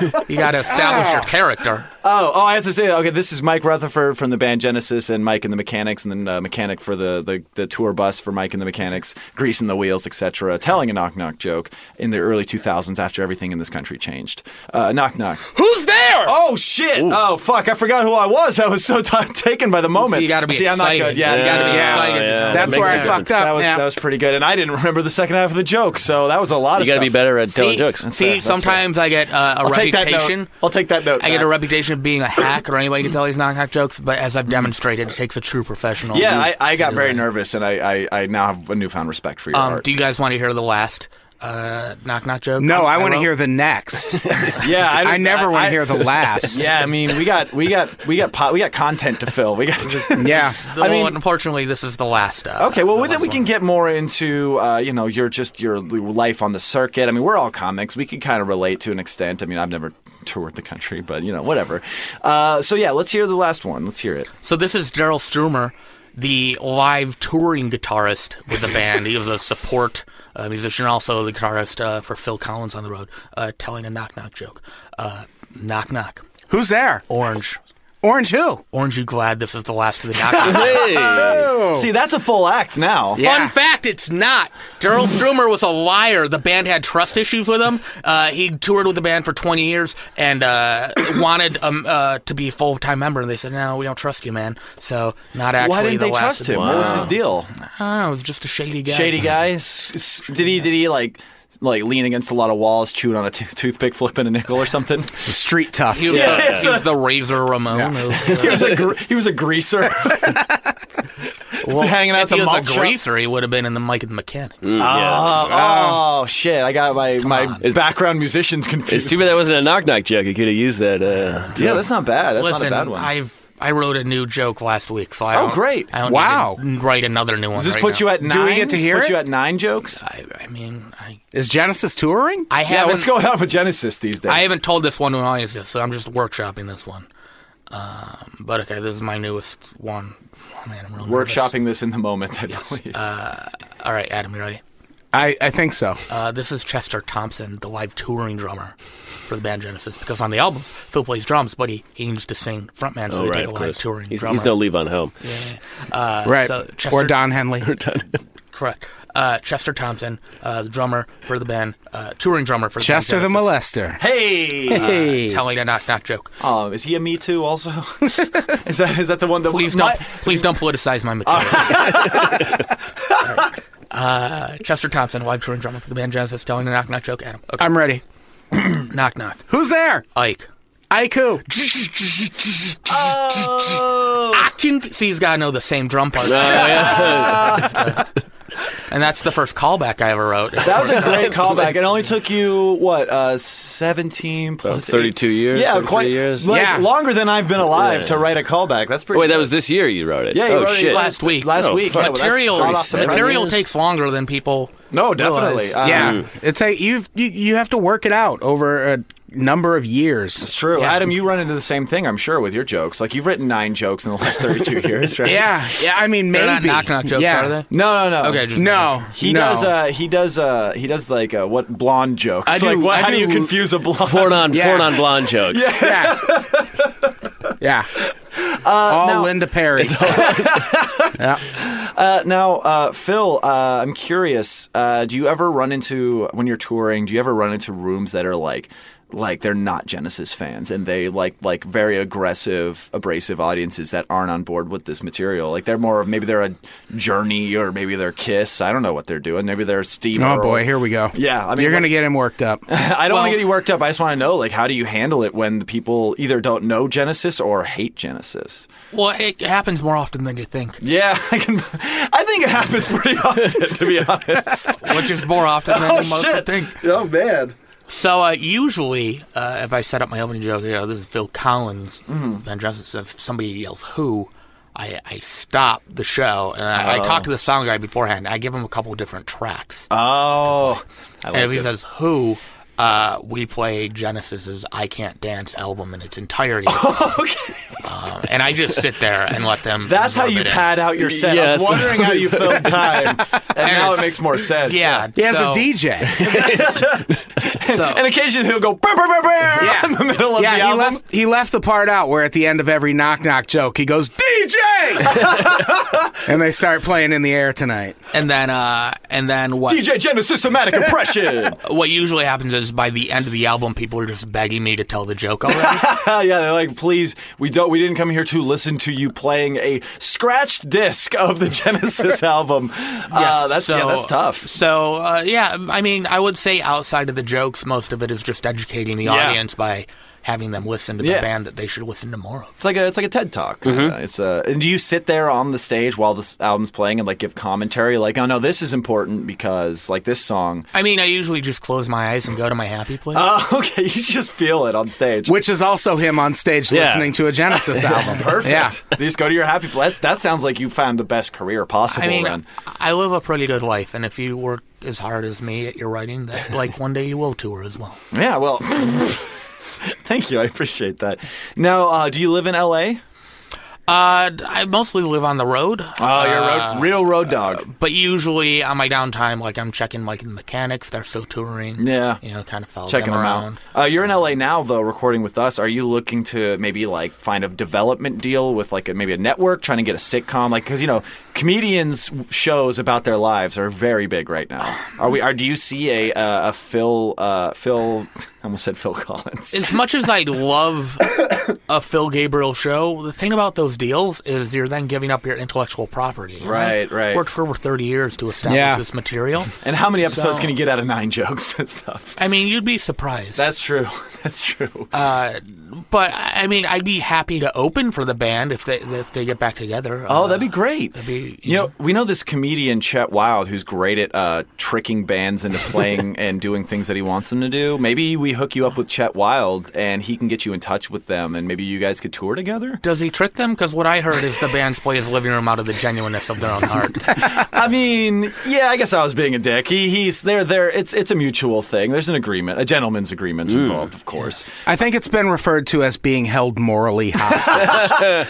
you? you got to establish
Ah.
your character.
Oh, oh, I have to say, okay, this is Mike Rutherford from the band Genesis, and Mike and the Mechanics, and then uh, mechanic for the, the the tour bus for Mike and the Mechanics, greasing the wheels, etc. Telling a knock knock joke in the early 2000s after everything in this country changed. Uh, knock knock.
Who's there?
Oh shit! Oh fuck! I forgot who I was. I was so t- taken by the moment.
So you got to be
See,
excited.
I'm not good. Yeah,
you got to be
yeah,
excited.
yeah.
No,
That's
that makes
where
a
I
difference.
fucked up.
That was
Yeah.
that was pretty good, and I didn't remember the second half of the joke, so that was a lot
You
of.
got to be
stuff.
better at telling
See,
jokes.
see
fair, that's
sometimes I get uh, a
I'll take that
reputation.
note. I'll take that note.
I get a
back.
reputation of being a hack or anybody can tell these knock knock jokes, but as I've demonstrated, it takes a true professional.
Mm-hmm. Yeah, I, I got
do
very
that.
nervous, and I, I, I now have a newfound respect for your
Um,
art.
do you guys want to hear the last uh, knock knock joke?
No, I want to
wrote?
hear the next.
yeah, I,
I never want to hear
the.
the last.
Yeah, I mean, we got we got we got pot, we got content to fill. We got.
Yeah.
The-
I mean-
well, unfortunately, this is the last. Uh,
Okay, well,
the
we,
last
we can
one.
get more into uh, you know your just your life on the circuit. I mean, we're all comics. We can kind of relate to an extent. I mean, I've never toured the country, but you know, whatever. Uh, so yeah, let's hear the last one. Let's hear it.
So this is Daryl Strumer, the live touring guitarist with the band. he was a support uh, musician, also the guitarist uh, for Phil Collins on the road, uh, telling a knock knock joke. Uh, knock knock.
Who's there?
Orange.
Orange who?
Orange, you glad this is the last of the knock knock?
Hey.
Oh.
See, that's a full act now.
Yeah.
Fun fact, it's not. Daryl Strummer was a liar. The band had trust issues with him. Uh, he toured with the band for 20 years and uh, wanted um, uh, to be a full time member, and they said, "No, we don't trust you, man." So not actually.
Why didn't
the
they
last
trust
of the-
him? What was his deal?
I don't know. It was just a shady guy.
Shady guy. S- s- Did he did he like like lean against a lot of walls, chewing on a t- toothpick, flipping a nickel or something?
Street tough.
He was,
Yeah.
the,
Yeah.
he was the Razor Ramon. Of, uh,
he was a gr- he was a greaser. hanging out
if
at the
he
malt
was a
shop.
greaser, he would have been in the Mike and the Mechanic.
Oh, oh, shit! I got my my background musicians confused.
It's too bad that wasn't a knock knock joke. You could have used that. Uh,
Yeah, that's not bad. That's
Listen,
not a bad one.
I've I wrote a new joke last week, so I
Oh,
don't.
great.
I don't
Wow.
need to write another new one.
Does this
right
put
now.
you at nine?
Do we get to
Does this
hear
put
it?
you at nine jokes?
I, I mean, I
Is Genesis touring?
I
yeah,
haven't.
what's going on with Genesis these days?
I haven't told this one to an audience yet, so I'm just workshopping this one. Um, but okay, this is my newest one. Oh man, I'm really nervous.
workshopping this in the moment. I believe.
All right, Adam, you ready?
I, I think so.
Uh, this is Chester Thompson, the live touring drummer for the band Genesis, because on the albums, Phil plays drums, but he, he needs to sing frontman, so
Oh,
they
right,
did a
of
live
course.
touring
He's,
drummer.
he's no leave on home.
Uh,
right.
So Chester,
or Don Henley.
Correct. Uh, Chester Thompson, uh, the drummer for the band, uh, touring drummer for the
Chester the
band Uh,
Molester.
hey.
Genesis, telling a knock knock joke.
Um, is he a Me Too also? is that is that the one that
Please
my-
don't, please don't politicize my material. uh, Chester Thompson, live touring drummer for the band Genesis, telling a knock knock joke. Adam, okay.
I'm ready.
knock knock.
Who's there?
Ike.
Aiku.
I can see he's got to know the same drum part,
Oh,
and that's the first callback I ever wrote.
That was a great callback. It only took you what uh, seventeen plus
About 32
eight-
years,
Yeah,
33
quite
years.
like,
Yeah.
longer than I've been alive to write a callback. That's pretty.
Wait, that was this year you wrote it.
Yeah, you
oh
wrote it
shit.
last week.
Last
Oh,
week,
fuck.
Yeah, well, that's
material
hot off the
material
presses.
takes longer than people.
No, definitely. Uh,
yeah. It's a you've you, you have to work it out over a number of years.
It's true. Adam, you run into the same thing, I'm sure, with your jokes. Like you've written nine jokes in the last 32 years, right?
Yeah. Yeah, I mean maybe
They're not knock knock jokes,
yeah.
are they?
No, no, no.
Okay, just
No.
He
no.
does. Uh, he does. Uh, he does like uh, what blonde jokes?
I do-
like, what,
I
how do you
do-
confuse a blonde?
Four non,
Yeah.
four non blonde jokes.
Yeah. yeah. all
Uh, now-
Linda Perry. yeah.
Uh, now, uh, Phil, uh, I'm curious. Uh, do you ever run into when you're touring? Do you ever run into rooms that are like, like they're not Genesis fans and they like like very aggressive, abrasive audiences that aren't on board with this material? Like they're more of maybe they're a Journey or maybe they're Kiss. I don't know what they're doing. Maybe they're Steve.
Oh
Earle.
boy, here we go.
Yeah, I mean,
you're
what-
gonna get him worked up.
I don't want to
Well-
get you worked up. I just want to know, like, how do you handle it when the people either don't know Genesis or hate Genesis?
Well, it happens more often than you think,
Yeah, I can. I think it happens pretty often, to be honest.
which is more often than most would think.
Oh man.
So uh, usually, uh, if I set up my opening joke, you know, this is Phil Collins,
Mm-hmm.
Van Justice. If somebody yells "Who," I, I stop the show and I, I talk to the sound guy beforehand. I give him a couple of different tracks,
Oh, I
and if
like
he
this.
says "Who," uh, we play Genesis's "I Can't Dance" album in its entirety,
Okay.
um, and I just sit there and let them.
That's how
absorb
you
it in.
pad out your set. I
Yes.
was wondering how you filled time, and now it makes more sense.
Yeah,
So-
He has
so,
a DJ.
so-
And occasionally he'll go brr, brr, brr, brr, in the middle of
yeah,
the
he
album.
left he left the part out where at the end of every knock knock joke he goes DJ, and they start playing in the air tonight.
and then uh, and then what?
DJ Jenna's systematic impression.
What usually happens is by the end of the album, people are just begging me to tell the joke already.
yeah, they're like, please, we don't, we didn't come here to listen to you playing a scratched disc of the Genesis album. Uh, that's yeah, that's tough.
So uh, yeah, I mean, I would say outside of the jokes, most of it is just educating the audience by having them listen to the
Yeah.
band that they should listen to more of.
It's like a it's like a TED talk. kinda. It's uh, and do you sit there on the stage while this album's playing and like give commentary? Like, oh no, this is important because like this song.
I mean, I usually just close my eyes and go to my happy place.
Oh, okay, you just feel it on stage.
Which is also him on stage
Yeah.
listening to a Genesis album.
Perfect.
Yeah.
You just go to your happy place. That sounds like you found the best career possible.
I mean,
then.
I live a pretty good life, and if you work as hard as me at your writing, that like one day you will tour as well.
yeah. Well, thank you. I appreciate that. Now, uh, do you live in L.A.?
Uh, I mostly live on the road. Uh,
Oh, you're a road, real road dog.
But usually on my downtime, like I'm checking like the mechanics, they're still touring.
Yeah.
you know, kind of follow
Checking them
them around.
out. Uh, you're in LA now, though, recording with us. Are you looking to maybe like find a development deal with like a, maybe a network, trying to get a sitcom? Like, because you know, comedians' shows about their lives are very big right now. Are we? Are do you see a uh, a Phil uh, Phil? I almost said Phil Collins.
As much as I love a Phil Gabriel show, the thing about those deals is you're then giving up your intellectual property. you know?
Right, right.
Worked for over 30 years to establish
Yeah.
this material.
and how many episodes
So-
can you get out of nine jokes and stuff?
I mean, you'd be surprised. Uh,
That's true. That's true.
but I mean, I'd be happy to open for the band if they if they get back together.
Oh,
Uh,
that'd be great.
that'd be-
you know, we know this comedian Chet Wild, who's great at uh, tricking bands into playing and doing things that he wants them to do. Maybe we hook you up with Chet Wild, and he can get you in touch with them, and maybe you guys could tour together.
Does he trick them? Because what I heard is the bands play his living room out of the genuineness of their own heart.
I mean, yeah, I guess I was being a dick. He, he's there, there. It's it's a mutual thing. There's an agreement, a gentleman's agreement
Mm.
involved, of course.
I think it's been referred to as being held morally hostage.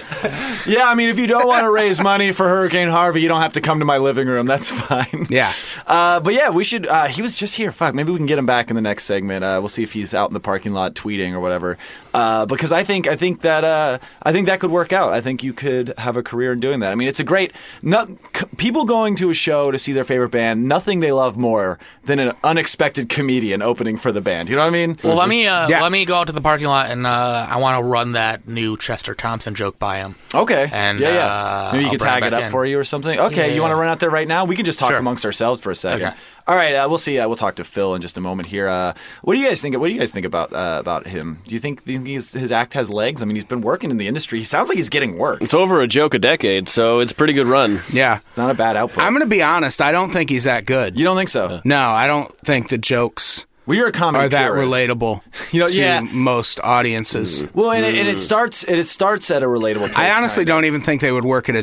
Yeah, I mean, if you don't want to raise money for Hurricane Harvey, you don't have to come to my living room. That's fine.
Yeah.
Uh, but yeah, we should. Uh, he was just here. Fuck. Maybe we can get him back in the next segment. Uh, we'll see if he's out in the parking lot tweeting or whatever. Uh, because I think I think that uh, I think that could work out. I think you could have a career in doing that. I mean, it's a great. Not, c- people going to a show to see their favorite band. Nothing they love more than an unexpected comedian opening for the band. You know what I mean?
Well, let me uh,
Yeah.
let me go out to the parking lot and uh, I want to run that new Chester Thompson joke by him.
Okay.
And,
yeah, yeah.
uh,
Maybe you
I'll
can
bring it
tag it
back
up
in.
for you or something. Okay,
Yeah,
you want to
yeah.
run out there right now? We can just talk
Sure.
amongst ourselves for a second.
Okay.
All right, uh, we'll see. Uh, we'll talk to Phil in just a moment here. Uh, what do you guys think? What do you guys think about uh, about him? Do you think the, his, his act has legs? I mean, he's been working in the industry. He sounds like he's getting work.
It's over a joke a decade, so it's a pretty good run.
yeah.
It's not a bad output.
I'm going to be honest. I don't think he's that good.
you don't think so?
no, I don't think the jokes
We are a comedy.
Uh, are that
purist.
relatable
You know,
to
yeah.
most audiences.
Well, and it, and it starts. And it starts at a relatable. Place,
I honestly
kinda.
don't even think they would work at a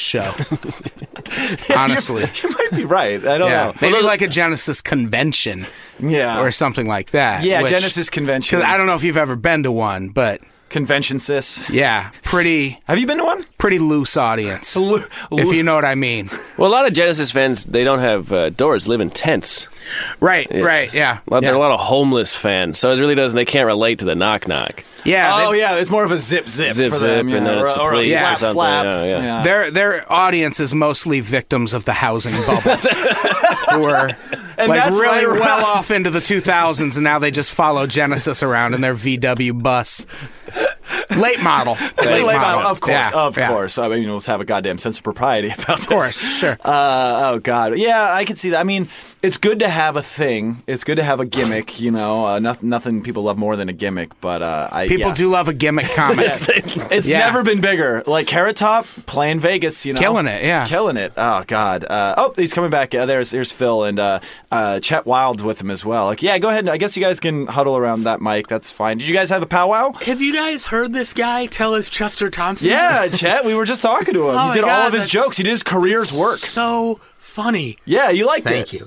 show. honestly.
You might be right. I don't
Yeah.
know.
Maybe like a Genesis convention
Oh. Yeah.
or something like that.
yeah.
which-
Genesis convention.
Cause I don't know if you've ever been to one, but
convention sis.
yeah, pretty
Have you been to one?
pretty loose audience. if you know what I mean.
Well, a lot of Genesis fans they don't have uh, doors; live in tents.
Right, right, yeah.
A lot- There are a
yeah.
lot of homeless fans, so it really doesn't. They can't relate to the knock knock.
Yeah,
oh
they-
yeah, it's more of a zip zip,
Zip,
for them,
zip, and
yeah,
then
or,
it's the
or a
police
or
flap,
something,
flap.
yeah, yeah.
Their their audience is mostly victims of the housing bubble, who were
And
like
that's right
really well
around-
off into the 2000s, and now they just follow Genesis around in their VW bus, late model,
Lay
late,
them out, of course,
Yeah,
of
yeah.
course. I mean, you know, let's have a goddamn sense of propriety about this. Of
course, sure.
Uh, oh god, yeah, I can see that. I mean, it's good to have a thing. It's good to have a gimmick. You know, uh, nothing, nothing people love more than a gimmick. But uh, I,
People
yeah.
do love a gimmick comic.
It's
Yeah.
never been bigger. Like Carrot Top playing Vegas, you know,
Killing it, yeah.
killing it. Oh God. Uh, oh, he's coming back. Yeah, there's there's Phil and uh, uh, Chet Wild with him as well. Like, yeah, go ahead. and- I guess you guys can huddle around that mic. That's fine. Did you guys have a powwow?
Have you guys heard this guy tell his Chester Thompson?
Yeah, Chet. We were just talking to him.
Oh
he
my
did all
God,
of his
that's-
jokes. He did his career's work.
So funny.
Yeah, you liked
Thank
it.
you.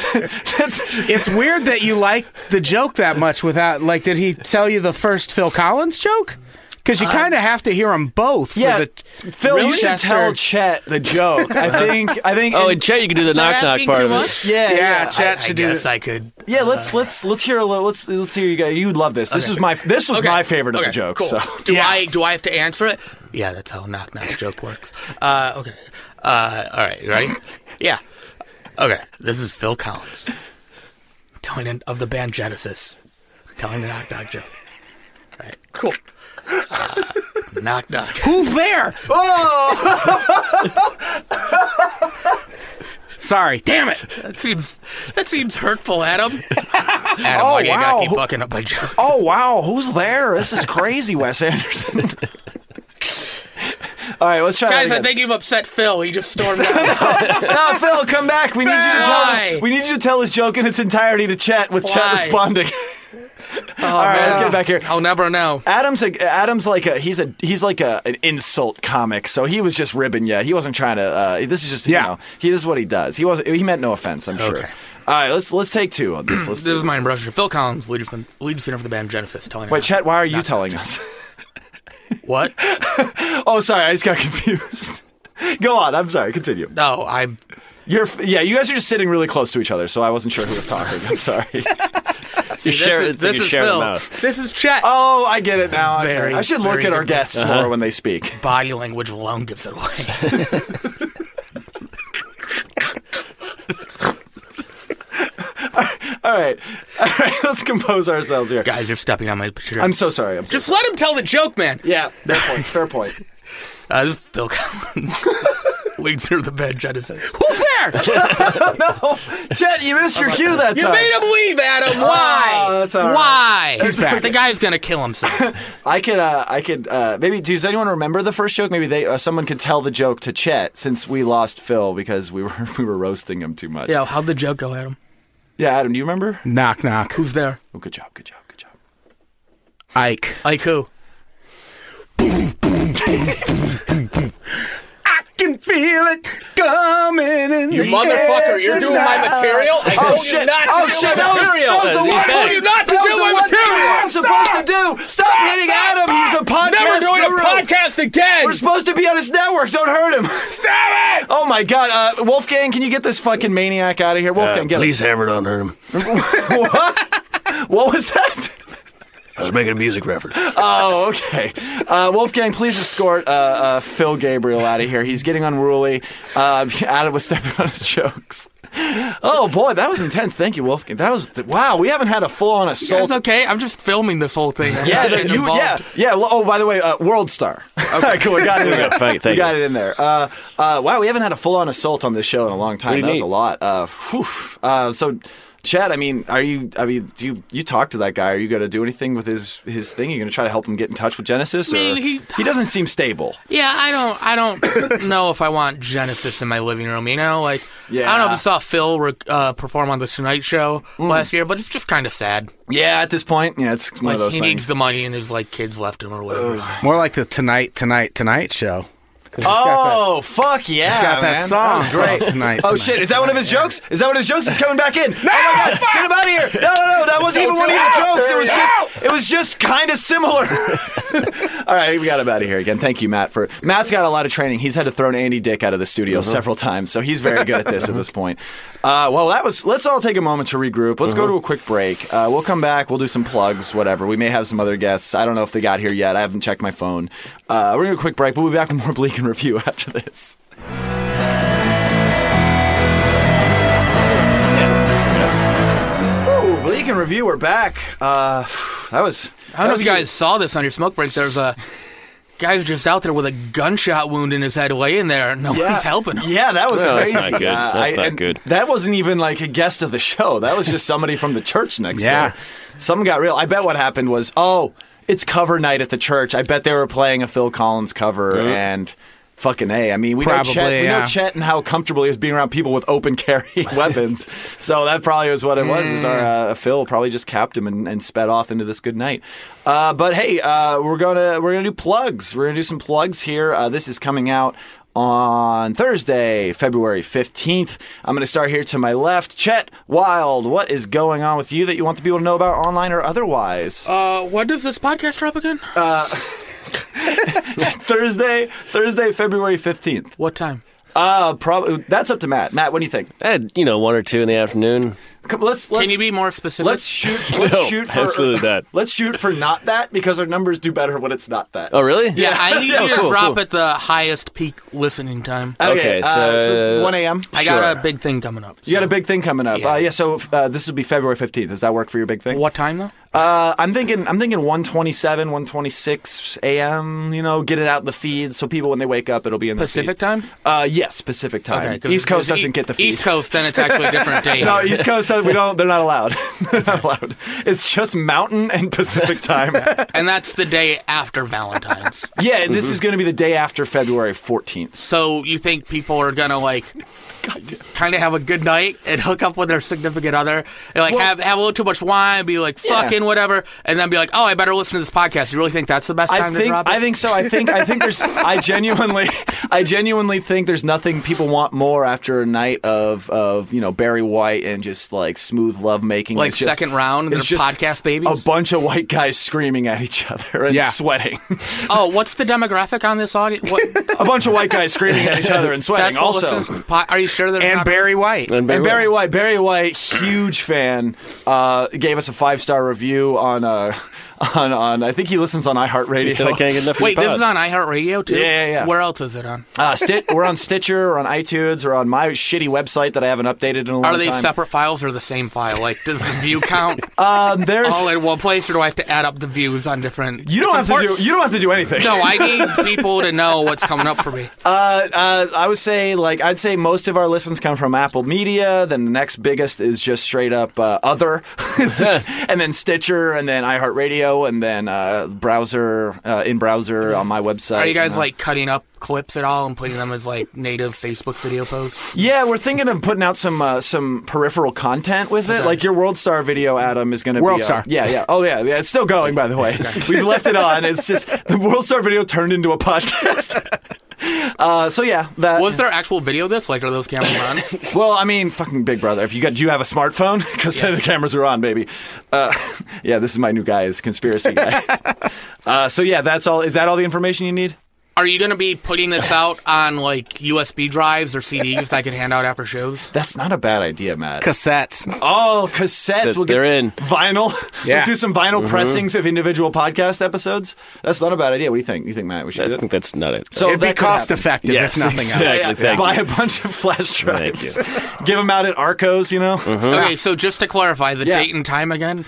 it's weird that you like the joke that much without like. Did he tell you the first Phil Collins joke? Because you kind of have to hear them both.
Uh, Yeah,
for the,
Phil,
Really,
you should
Chester?
tell Chet the joke. I think. I think.
Oh,
and-
and Chet, you can do the knock knock
asking
part
too
of it.
much?
yeah,
Yeah,
yeah.
Chet
I
should do.
guess I could.
Yeah, let's let's let's hear a little. Let's let's hear you guys. You would love this. This was my this was
Okay,
my favorite of
okay,
the jokes.
cool.
So
Do
Yeah.
I do I have to answer it? Yeah, that's how knock knock joke works. Uh, okay. Uh, all right. You ready? yeah. Okay. This is Phil Collins, telling an- of the band Genesis, telling the knock knock joke. All right. Cool. Uh, knock knock.
Who there? Oh! Sorry, damn it.
That seems that seems hurtful, Adam. Adam,
Oh,
why do you
wow.
gotta keep fucking up my jokes?
Oh wow, who's there? This is crazy, Wes Anderson. All right, let's try
Guys,
that
I
again.
think you've upset Phil. He just stormed out.
no, Phil, come back. We need you to tell.
Why?
We need you to tell this joke in its entirety to Chet with Chet
Why? Oh,
responding. All right, let's get back here.
I'll never know.
Adam's a, Adam's like a he's a he's like a an insult comic. So he was just ribbing you. He wasn't trying to. Uh, this is just
Yeah.
you know he this is what he does. He was he meant no offense. I'm sure.
Okay.
All right, let's let's take two on this. Let's
This
do
is
this.
my impression. Phil Collins, lead, from, lead singer for the band Genesis, telling
Wait,
her-
Chet, why are you telling us?
What?
oh, sorry, I just got confused. Go on. I'm sorry. Continue.
No, I'm.
You're yeah. You guys are just sitting really close to each other, so I wasn't sure who was talking. I'm sorry.
See, this
share-
is,
you
this is
share them
Phil.
out.
This is Chet.
Oh, I get it now. I get it.
Very,
I should look
very
at our
good. Uh-huh.
guests more when they speak.
Body language alone gives it away.
All right, all right. Let's compose ourselves here.
Guys, you're stepping on my picture.
I'm so sorry. I'm so
just let him tell the joke, man.
Yeah, fair point. Fair point.
Uh, this is Phil Collins, lead singer of the band Genesis.
Who's there?
Chet, you missed your cue that
You
time.
made him leave, Adam. Why?
Oh, that's all right.
Why?
back.
The guy's gonna kill himself.
I could, uh, I could. Uh, maybe does anyone remember the first joke? Maybe they, uh, someone could tell the joke to Chet since we lost Phil because we were we were roasting him too much.
Yo, how'd the joke go, Adam?
Yeah, Adam, do you remember?
Knock knock.
Who's there?
Oh, good job, good job, good job.
Ike.
Like who?
I can feel it coming in
You motherfucker, you're doing my
uh,
material? I told you not to
oh,
do my
shit. That was,
material.
that was the
You
one
bet. I
thing-
told you not to do
that was the
my
one thing
material.
we weren't supposed to do. Stop, hitting Adam. He's a podcast
Never doing
guru.
a podcast again!
We're supposed to be on his network. Don't hurt him. Stop it! Oh my god, uh, Wolfgang, can you get this fucking maniac out of here? Wolfgang, get
Please hammer it on him.
him. What? what was that?
I was making a music reference.
Oh, okay. Uh, Wolfgang, please escort uh, uh, Phil Gabriel out of here. He's getting unruly. Uh, Adam was stepping on his jokes. Oh boy, that was intense. Thank you, Wolfgang. That was wow. We haven't had a full-on assault.
It's okay. I'm just filming this whole thing. I'm
Yeah,
not
the,
getting
you, yeah,
involved.
yeah. l- Oh, by the way, uh, World Star. Okay, cool. We got it in there.
Thank- thank
we got
you.
it in there. Uh, uh, wow, we haven't had a full-on assault on this show in a long time.
Pretty
that was
neat.
a lot. Uh, whew. Uh, so, Chad, I mean, are you? I mean, do you you talk to that guy? Are you going to do anything with his his thing? Are you going to try to help him get in touch with Genesis?
I mean,
or-
he-
doesn't seem stable.
Yeah, I don't, I don't know if I want Genesis in my living room. You know, like I don't know if
Yeah. Mm.
you saw Phil re- uh, perform on the Tonight Show last year, but it's just kind of sad.
Yeah, at this point, yeah, it's one
Like
of those
he needs
things.
the money, and his like kids left him or whatever.
More like the tonight tonight tonight show. 'Cause he's got that-
Oh fuck yeah!
he's got that
man.
song.
That was great.
tonight.
Oh
tonight.
shit! Is that one of his jokes? Is that one of his jokes? He's coming back in. No! Oh my god! Get him out of here! No, no, no! That wasn't even one of his jokes. It was just, it was just kind of similar. All right, we got him out of here again. Thank you, Matt. For Matt's got a lot of training. He's had to throw Andy Dick out of the studio several times, so he's very good at this at this point. Uh, well, that was. Let's all take a moment to regroup. Let's go to a quick break. Uh, we'll come back. We'll do some plugs, whatever. We may have some other guests. I don't know if they got here yet. I haven't checked my phone. Uh, we're gonna do a quick break. We'll be back with more Bleak and Review after this. Ooh, Bleak and Review, we're back. Uh, that was.
I don't
that
know
was
if you guys saw this on your smoke break. There's a guy who's just out there with a gunshot wound in his head, laying there. and No one's helping him.
Yeah, that was
No, that's
crazy.
not good.
Uh,
That's not
and
good.
That wasn't even like a guest of the show. That was just somebody from the church next
Yeah.
door. Something got real. I bet what happened was, oh, it's cover night at the church. I bet they were playing a Phil Collins cover and fucking A. I mean, we know
Probably,
Chet we know
yeah.
Chet and how comfortable he was being around people with open carry weapons. So that probably was what it was. Is our
Hmm.
uh, Phil probably just capped him and, and sped off into this good night. Uh, but hey, uh, we're gonna we're gonna do plugs. We're gonna do some plugs here. Uh, this is coming out on Thursday, February fifteenth. I'm gonna start here to my left. Chet Wild, what is going on with you that you want the people to know about online or otherwise?
Uh, when does this podcast drop again?
Uh, Thursday, Thursday, February fifteenth.
what time?
Uh, probably that's up to Matt. Matt, what do you think?
I had, you know, one or two in the afternoon.
Come, let's, let's
Can you be more specific?
Let's shoot. Let's
No,
shoot for
absolutely not.
Let's shoot for not that because our numbers do better when it's not that.
Oh, really?
yeah, I need you to
cool,
drop
cool.
at the highest peak listening time.
okay,
uh,
so-
one a.m.
I got a big thing coming up.
You got a big thing coming up.
Yeah.
Uh, yeah. So uh, this will be February fifteenth. Does that work for your big thing?
What time though?
Uh, I'm thinking. I'm thinking 127, 126 a.m. You know, get it out in the feed so people when they wake up it'll be in the
Pacific
feed.
time?
Uh, yes, Pacific time.
'cause-
East Coast
'cause
doesn't
E-
get the feed.
East Coast, then it's actually a different day.
No, East Coast. uh, We don't. They're not allowed. they're not allowed. It's just Mountain and Pacific time.
and that's the day after Valentine's.
yeah,
Mm-hmm.
this is going to be the day after February 14th.
so you think people are gonna like kind of have a good night and hook up with their significant other and like have have a little too much wine, be like
Yeah.
fucking whatever, and then be like, oh, I better listen to this podcast. You really think that's the best
I
time to
think
drop it?
I think so. I think I think there's I genuinely I genuinely think there's nothing people want more after a night of of you know Barry White and just like smooth love making.
Like second round,
it's
they're podcast babies?
A bunch of white guys screaming at each other and
Yeah.
sweating.
Oh, what's the demographic on this audience? What,
a bunch of white guys screaming at each other and sweating.
that's what
Also,
listens to po- are you sure there's
Oh! And
not
Barry White.
And Barry,
and Barry White, Barry White, huge fan, uh, gave us a five star review on uh, on on. I think he listens on iHeartRadio.
He said I can't get enough of
Wait,
your
this
pod.
is on iHeartRadio too.
Yeah, yeah, yeah.
Where else is it on?
Uh, Stitch, we're on Stitcher, or on iTunes, or on my shitty website that I haven't updated in a long
Are they
time.
separate files or the same file? Like, does the view count
Um, there's
all in one place, or do I have to add up the views on different?
you don't have
It's
to
important-
do you don't have to do anything.
No, I need people to know what's coming up for me.
Uh, uh, I would say like I'd say most of our listens come from Apple Media. Then the next biggest is just straight up uh, other, and then Stitcher, and then iHeartRadio, video and then uh, browser uh, in browser on my website.
Are you guys
and, uh,
like cutting up clips at all and putting them as like native Facebook video posts?
Yeah, we're thinking of putting out some uh, some peripheral content with it. Like your World Star video, Adam is going to
World
be, uh,
Star.
yeah, yeah. Oh yeah, yeah. It's still going, by the way. We've left it on. It's just the World Star video turned into a podcast. uh, so yeah, that
Was there actual video of this? Like, are those cameras on?
well, I mean, fucking Big Brother. If you got, do you have a smartphone? Because the cameras are on, baby. Uh, yeah, this is my new guy, is conspiracy guy. uh, so yeah, that's all. Is that all the information you need?
Are you going to be putting this out on like USB drives or CDs that I could hand out after shows?
That's not a bad idea, Matt.
Cassettes.
Oh, cassettes.
That
We'll get
they're in.
vinyl.
Yeah.
Let's do some vinyl pressings of individual podcast episodes. That's not a bad idea. What do you think? You think Matt? We should
I
do that?
think that's not it.
So
It'd
that
be
could
cost
happen.
effective
Yes,
if nothing
exactly.
else.
Thank
Buy
you.
a bunch of flash
Thank
drives. Give them out at Arcos. You know,
Okay, so just to clarify the
Yeah.
date and time again,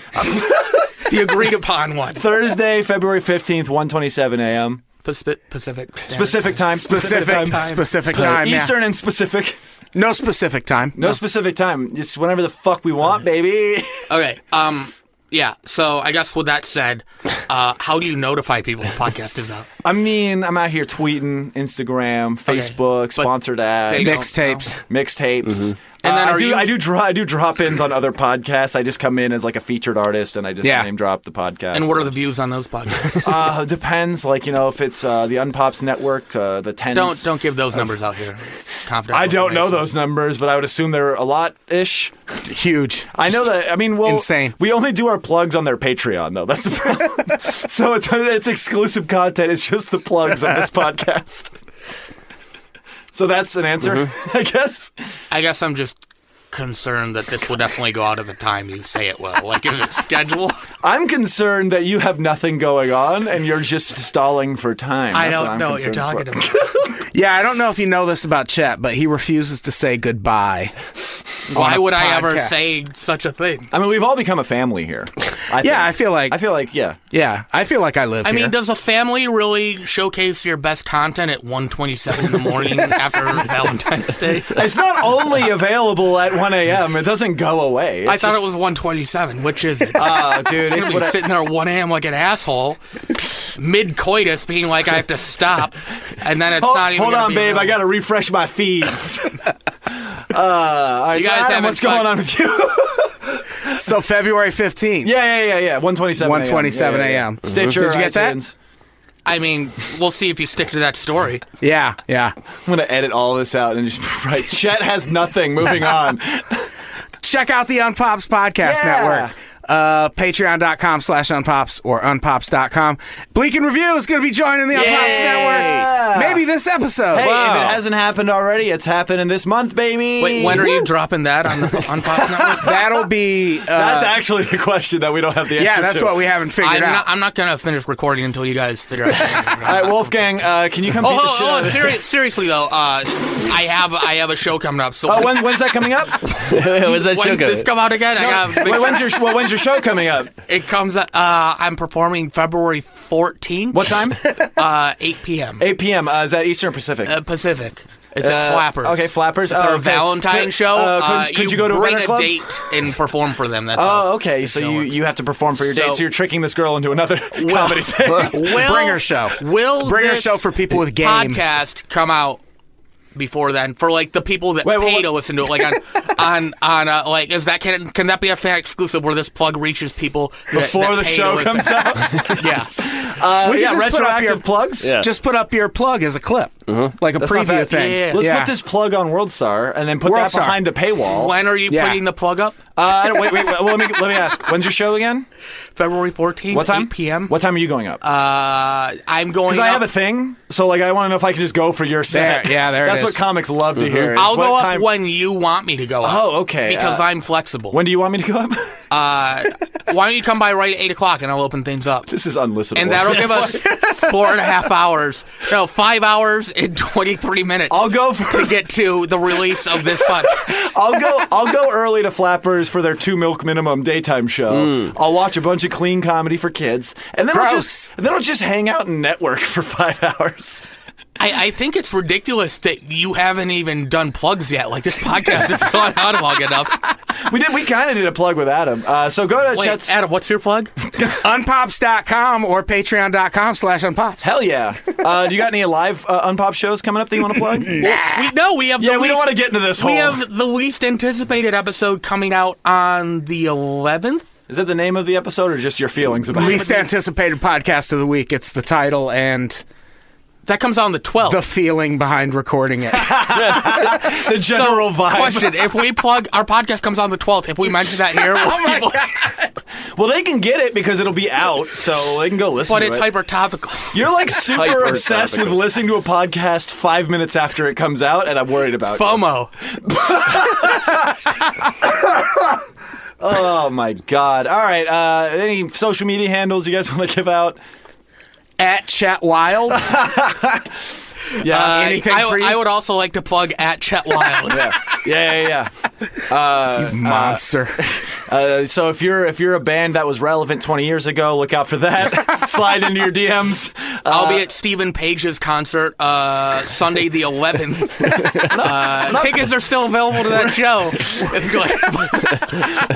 the agreed upon one
Thursday, February fifteenth, one twenty-seven a.m.
Pacific Pacific Standard
Specific time.
Specific
time.
specific time. yeah.
Eastern and specific.
No specific time.
No specific time. It's whenever the fuck we want, baby.
Okay. Um. Yeah. So I guess with that said, uh, how do you notify people the podcast is out?
I mean, I'm out here tweeting, Instagram, Facebook,
But
sponsored
they
ads,
don't
Mixtapes.
mixtapes.
Mm-hmm.
And then
Uh, I
are
do
you-
I do dro- I do drop ins on other podcasts. I just come in as like a featured artist and I just
Yeah.
name drop the podcast.
And what are the views on those podcasts?
uh, depends, like you know, if it's uh, the Unpops Network, uh, the tens.
don't don't give those numbers out here. It's confidential.
I don't know
information.
those numbers, but I would assume they're a lot ish.
Huge.
I know that. I mean, well,
Insane.
We only do our plugs on their Patreon, though. That's the problem. so it's it's exclusive content. It's just the plugs on this podcast. So that's an answer,
Mm-hmm.
I guess.
I guess I'm just concerned that this will definitely go out at the time you say it will. Like, is it scheduled?
I'm concerned that you have nothing going on and you're just stalling for time.
I
That's
don't
I'm
know what you're
concerned
talking
for.
about.
Yeah, I don't know if you know this about Chet, but he refuses to say goodbye.
Why
a
would I ever
podcast.
say such a thing?
I mean, we've all become a family here. I
Yeah, I
think.
feel like
I feel like yeah.
yeah, I feel like I live
I
here.
mean, does a family really showcase your best content at 1:27 in the morning after Valentine's Day?
It's not only available at 1 a.m. It doesn't go away.
I
It's
thought
just-
it was 1:27. Which is it?
Oh, dude, it's
Basically
what I-
sitting there at 1 a.m. like an asshole, mid coitus, being like, I have to stop. And then it's
Hold,
not even.
hold
gonna
on,
be
babe. I
available.
gotta refresh my feeds. uh, all right,
You
so
guys
Adam,
haven't
what's going
fucked-
on with you?
so February fifteenth.
yeah, yeah, yeah, yeah. One twenty-seven.
1:27 a.m..
Mm-hmm.
Stitcher.
Did you get that?
iTunes.
I mean, we'll see if you stick to that story.
yeah, yeah.
I'm gonna edit all this out and just right. Chet has nothing. Moving on.
Check out the Unpops Podcast
Yeah.
Network. Uh, Patreon.com slash Unpops or Unpops.com. Bleak and Review is going to be joining the Unpops Network. Maybe this episode.
Hey,
Wow.
if it hasn't happened already, it's happening this month, baby.
Wait, when are you dropping that on the on Fox Network?
That'll be. Uh,
That's actually a question that we don't have the answer
yeah, that's
to.
what we haven't figured
I'm
out.
not, I'm not gonna finish recording until you guys figure out.
All right, Wolfgang, uh, can you come
Oh,
beat the
oh,
shit out
oh,
of this guy?
seri- seriously though, uh, I have I have a show coming up. So
Oh, when, when's that coming up?
What's that show
when's
called?
this come out again? I got
Wait, when's your well, when's your show coming up?
it comes. Uh, I'm performing February 14th.
What time?
Uh, 8 p.m.
8 p.m. Uh, is that Eastern or Pacific?
Uh, Pacific. It's at
Uh,
Flappers.
Okay, Flappers. Oh,
Their
okay.
Valentine
Could-
show.
uh, could,
uh,
could you, go to a
bring
winter club?
date and perform for them? That's all.
Oh, okay. So you, you have to perform for your date.
So-
So you're tricking this girl into another comedy thing.
Will,
bringer show.
Will
Bringer
this
show for people with game.
podcast come out before then for like the people that
Wait,
pay
wait, what-
to listen to it? Like on on on uh, like is that can can that be a fan exclusive where this plug reaches people that-
Before
that
the
pay
show
to
comes
listen?
out.
Yeah.
Uh, yeah,
We can just put up
retroactive
your-
plugs.
Yeah.
Just put up your plug as a clip, like a
Uh-huh. That's not
preview
bad.
thing.
Yeah.
Let's put this plug on WorldStar and then put that
WorldStar.
behind a paywall.
When are you
Yeah.
putting the plug up?
Uh, I don't- wait, wait. wait, let me let me ask. When's your show again?
February 14th,
What time?
8 p.m.
What time are you going up?
Uh, I'm going.
Because I
up-
have a thing, so like I want to know if I can just go for your set.
There, yeah, there it
That's
is.
what comics love to hear. is
I'll
what
go up
time-
when you want me to go up.
Oh, okay,
Because
uh,
I'm flexible.
When do you want me to go up?
uh, why don't you come by right at eight o'clock and I'll open things up.
this is unlistenable.
and that'll give us four and a half hours. No, five hours and twenty three minutes
I'll go for.
to get to the release of this fun.
I'll go. I'll go early to Flappers for their two milk minimum daytime show. I'll watch a bunch of clean comedy for kids, and then I'll
Gross.
just then I'll just hang out and network for five hours.
I, I think it's ridiculous that you haven't even done plugs yet. Like this podcast has gone out long enough.
We did. We kind of did a plug with Adam. Uh, so go to
Wait,
Chet's.
Adam, what's your plug?
Unpops.com or patreon.com slash unpops.
Hell yeah! Uh, do you got any live uh, Unpop shows coming up that you want to plug?
We, no, we have.
Yeah,
the
we
least,
don't want to get into this
We
whole.
have the least anticipated episode coming out on the 11th.
Is that the name of the episode or just your feelings about
Least
it?
anticipated podcast of the week. It's the title and
That comes out on the
Oh.
12th.
the feeling behind recording it.
The general vibe.
Question: If we plug our podcast comes out on the 12th, if we mention that here,
Oh
will people-
Well, they can get it because it'll be out, so they can go listen.
but
to
it's
it.
hyper topical.
You're like super
Hyper
obsessed with
topical.
listening to a podcast five minutes after it comes out, and I'm worried about. you.
FOMO.
Oh my god! All right, uh, any social media handles you guys want to give out?
At Chet Wild.
Yeah,
Uh,
Anything
I,
for you?
I would also like to plug at Chet Wild.
yeah, yeah, yeah.
Monster.
yeah. Uh, so if you're if you're a band that was relevant 20 years ago, look out for that. Slide into your DMs. Uh,
I'll be at Stephen Page's concert uh, Sunday the 11th. uh, tickets are still available to that show.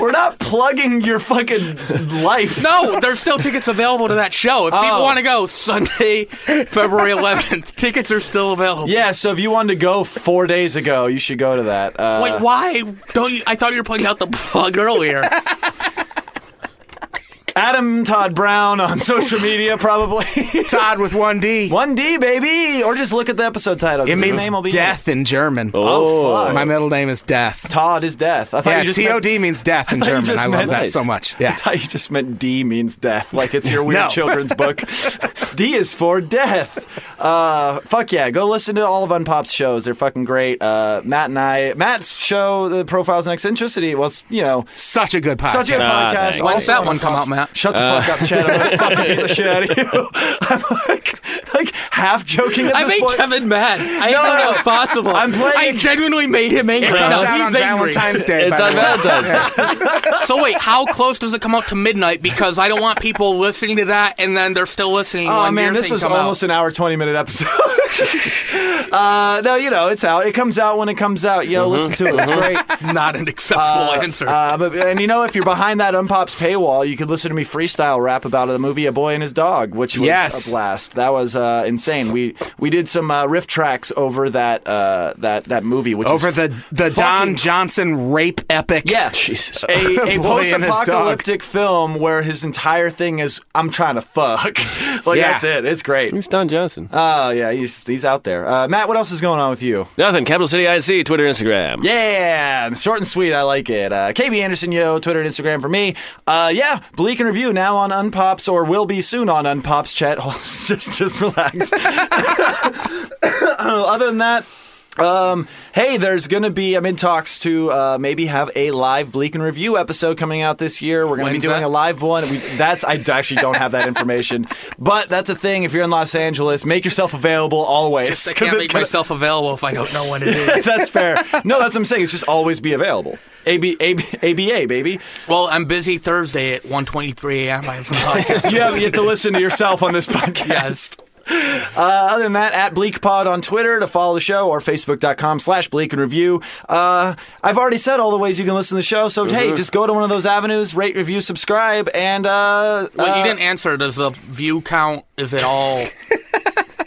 we're not plugging your fucking life.
no, there's still tickets available to that show. If people
Oh.
want to go Sunday, February 11th, tickets are still available.
Yeah, so if you wanted to go four days ago, you should go to that. Uh,
Wait, why don't you? I thought you were plugging out the plug earlier.
Adam Todd Brown on social media, probably.
Todd with one D.
1D, baby! Or just look at the episode title.
It
His
means
name will be
death in German.
Oh, fuck.
My middle name is Death.
Todd is death. I thought
Yeah,
you just
TOD
meant-
means death in
thought you
German.
just
I
meant-
love that
Nice.
so much.
I
Yeah.
thought you just meant D means death, like it's your weird
No.
children's book. D is for death. Uh, fuck yeah, go listen to all of Unpop's shows. They're fucking great. Uh, Matt and I, Matt's show, the profiles and eccentricity, was you know
Such a good podcast.
such a good
Ah,
podcast.
thanks.
Also
When's that one come out, Matt?
Shut the fuck up, Chad. I'm gonna fucking beat the shit out of you. I'm like, like half joking at
I
this
made
point.
Kevin mad. I
No,
don't
no,
know
no.
if possible.
I'm playing-
I genuinely made him angry.
It comes
Now
out
he's
on
angry.
Valentine's Day.
It's
by
on
the way.
Valentine's Day.
So wait, how close does it come out to midnight? Because I don't want people listening to that and then they're still listening.
Oh
when
man,
your
this
thing
was
come out.
almost an hour twenty minute episode. uh, no, you know it's out. It comes out when it comes out. You know, listen to it. It's great.
Mm-hmm. not an acceptable answer.
Uh, but- and you know, if you're behind that Unpops paywall, you could listen to me freestyle rap about the movie A Boy and His Dog, which was
Yes.
a blast. That was uh, insane. We we did some uh, riff tracks over that uh, that that movie, which
Over
is
the, the
fucking-
Don Johnson rape epic.
yeah,
Jesus.
a, a
Boy and His Dog.
post-apocalyptic film where his entire thing is I'm trying to fuck. like
Yeah. Mm.
that's it. It's great.
It's Don Johnson.
Oh yeah, he's he's out there. Uh, Matt, what else is going on with you?
Nothing. Capital City INC, Twitter, Instagram.
Yeah, short and sweet. I like it. Uh, KB Anderson, yo, Twitter and Instagram for me. Uh, yeah, Bleak and Review now on Unpops or will be soon on Unpops. Chat, just just relax. Other than that. Um, hey, there's gonna be. I'm in talks to uh, maybe have a live Bleak and Review episode coming out this year. We're gonna be
When's
doing
that?
a live one. We, that's I actually don't have that information, but that's a thing. If you're in Los Angeles, make yourself available always.
I
'cause
can't
it's
make
gonna-
myself available if I don't know when it is.
that's fair. No, that's what I'm saying. It's just always be available. A B A B A B A baby.
well, I'm busy Thursday at 1.23 a.m. I have some podcast.
You have yet to listen to yourself on this podcast.
Yes.
Uh, other than that, at BleakPod on Twitter to follow the show or Facebook.com slash Bleak and Review. Uh, I've already said all the ways you can listen to the show, so
Mm-hmm.
hey, just go to one of those avenues, rate, review, subscribe, and uh,
Wait,
uh,
you didn't answer. Does the view count? Is it all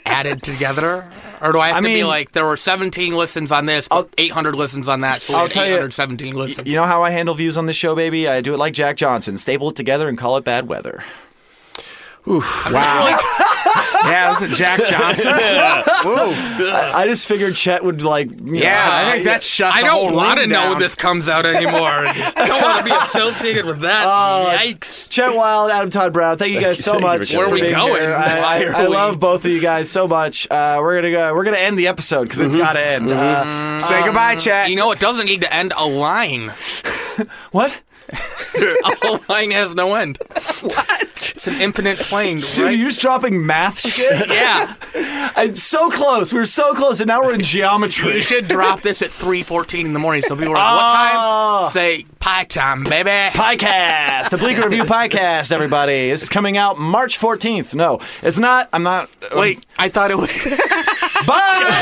added together? Or do I have
I
to be
mean-
like there were 17 listens on this, but 800 listens on that, so we
I'll
had
tell you-
817 listens.
You know how I handle views on this show, baby? I do it like Jack Johnson. Staple it together and call it bad weather.
Wow. yeah, was it Jack Johnson?
I, I just figured Chet would like. you know,
Yeah, I think that shut
I
the whole
don't want to
room
know
down.
when this comes out anymore. I don't want to be associated with that.
Oh,
Yikes.
Chet Wild, Adam Todd Brown, thank you guys
you,
so
thank you
much.
for Where are
for
we
being
going?
here. I,
Why
I-
are
I
we-
love both of you guys so much. Uh, we're gonna go. We're gonna end the episode because
Mm-hmm.
it's got to end. Uh,
Say goodbye, Chad.
You know, it doesn't need to end a line.
what?
a line has no end.
What?
It's an infinite plane,
Dude,
right?
you're just dropping math shit.
yeah.
I'm so close. We were so close, and now we're in
You
geometry.
should drop this at 3.14 in the morning so people are like, what
Oh.
time? Say, pie time, baby.
Podcast, the Bleaker Review podcast, everybody. This is coming out March 14th. No, it's not. I'm not.
Um, Wait, I thought it was...
Bye.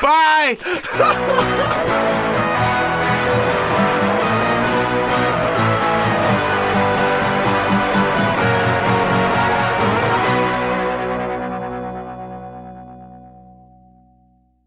Bye.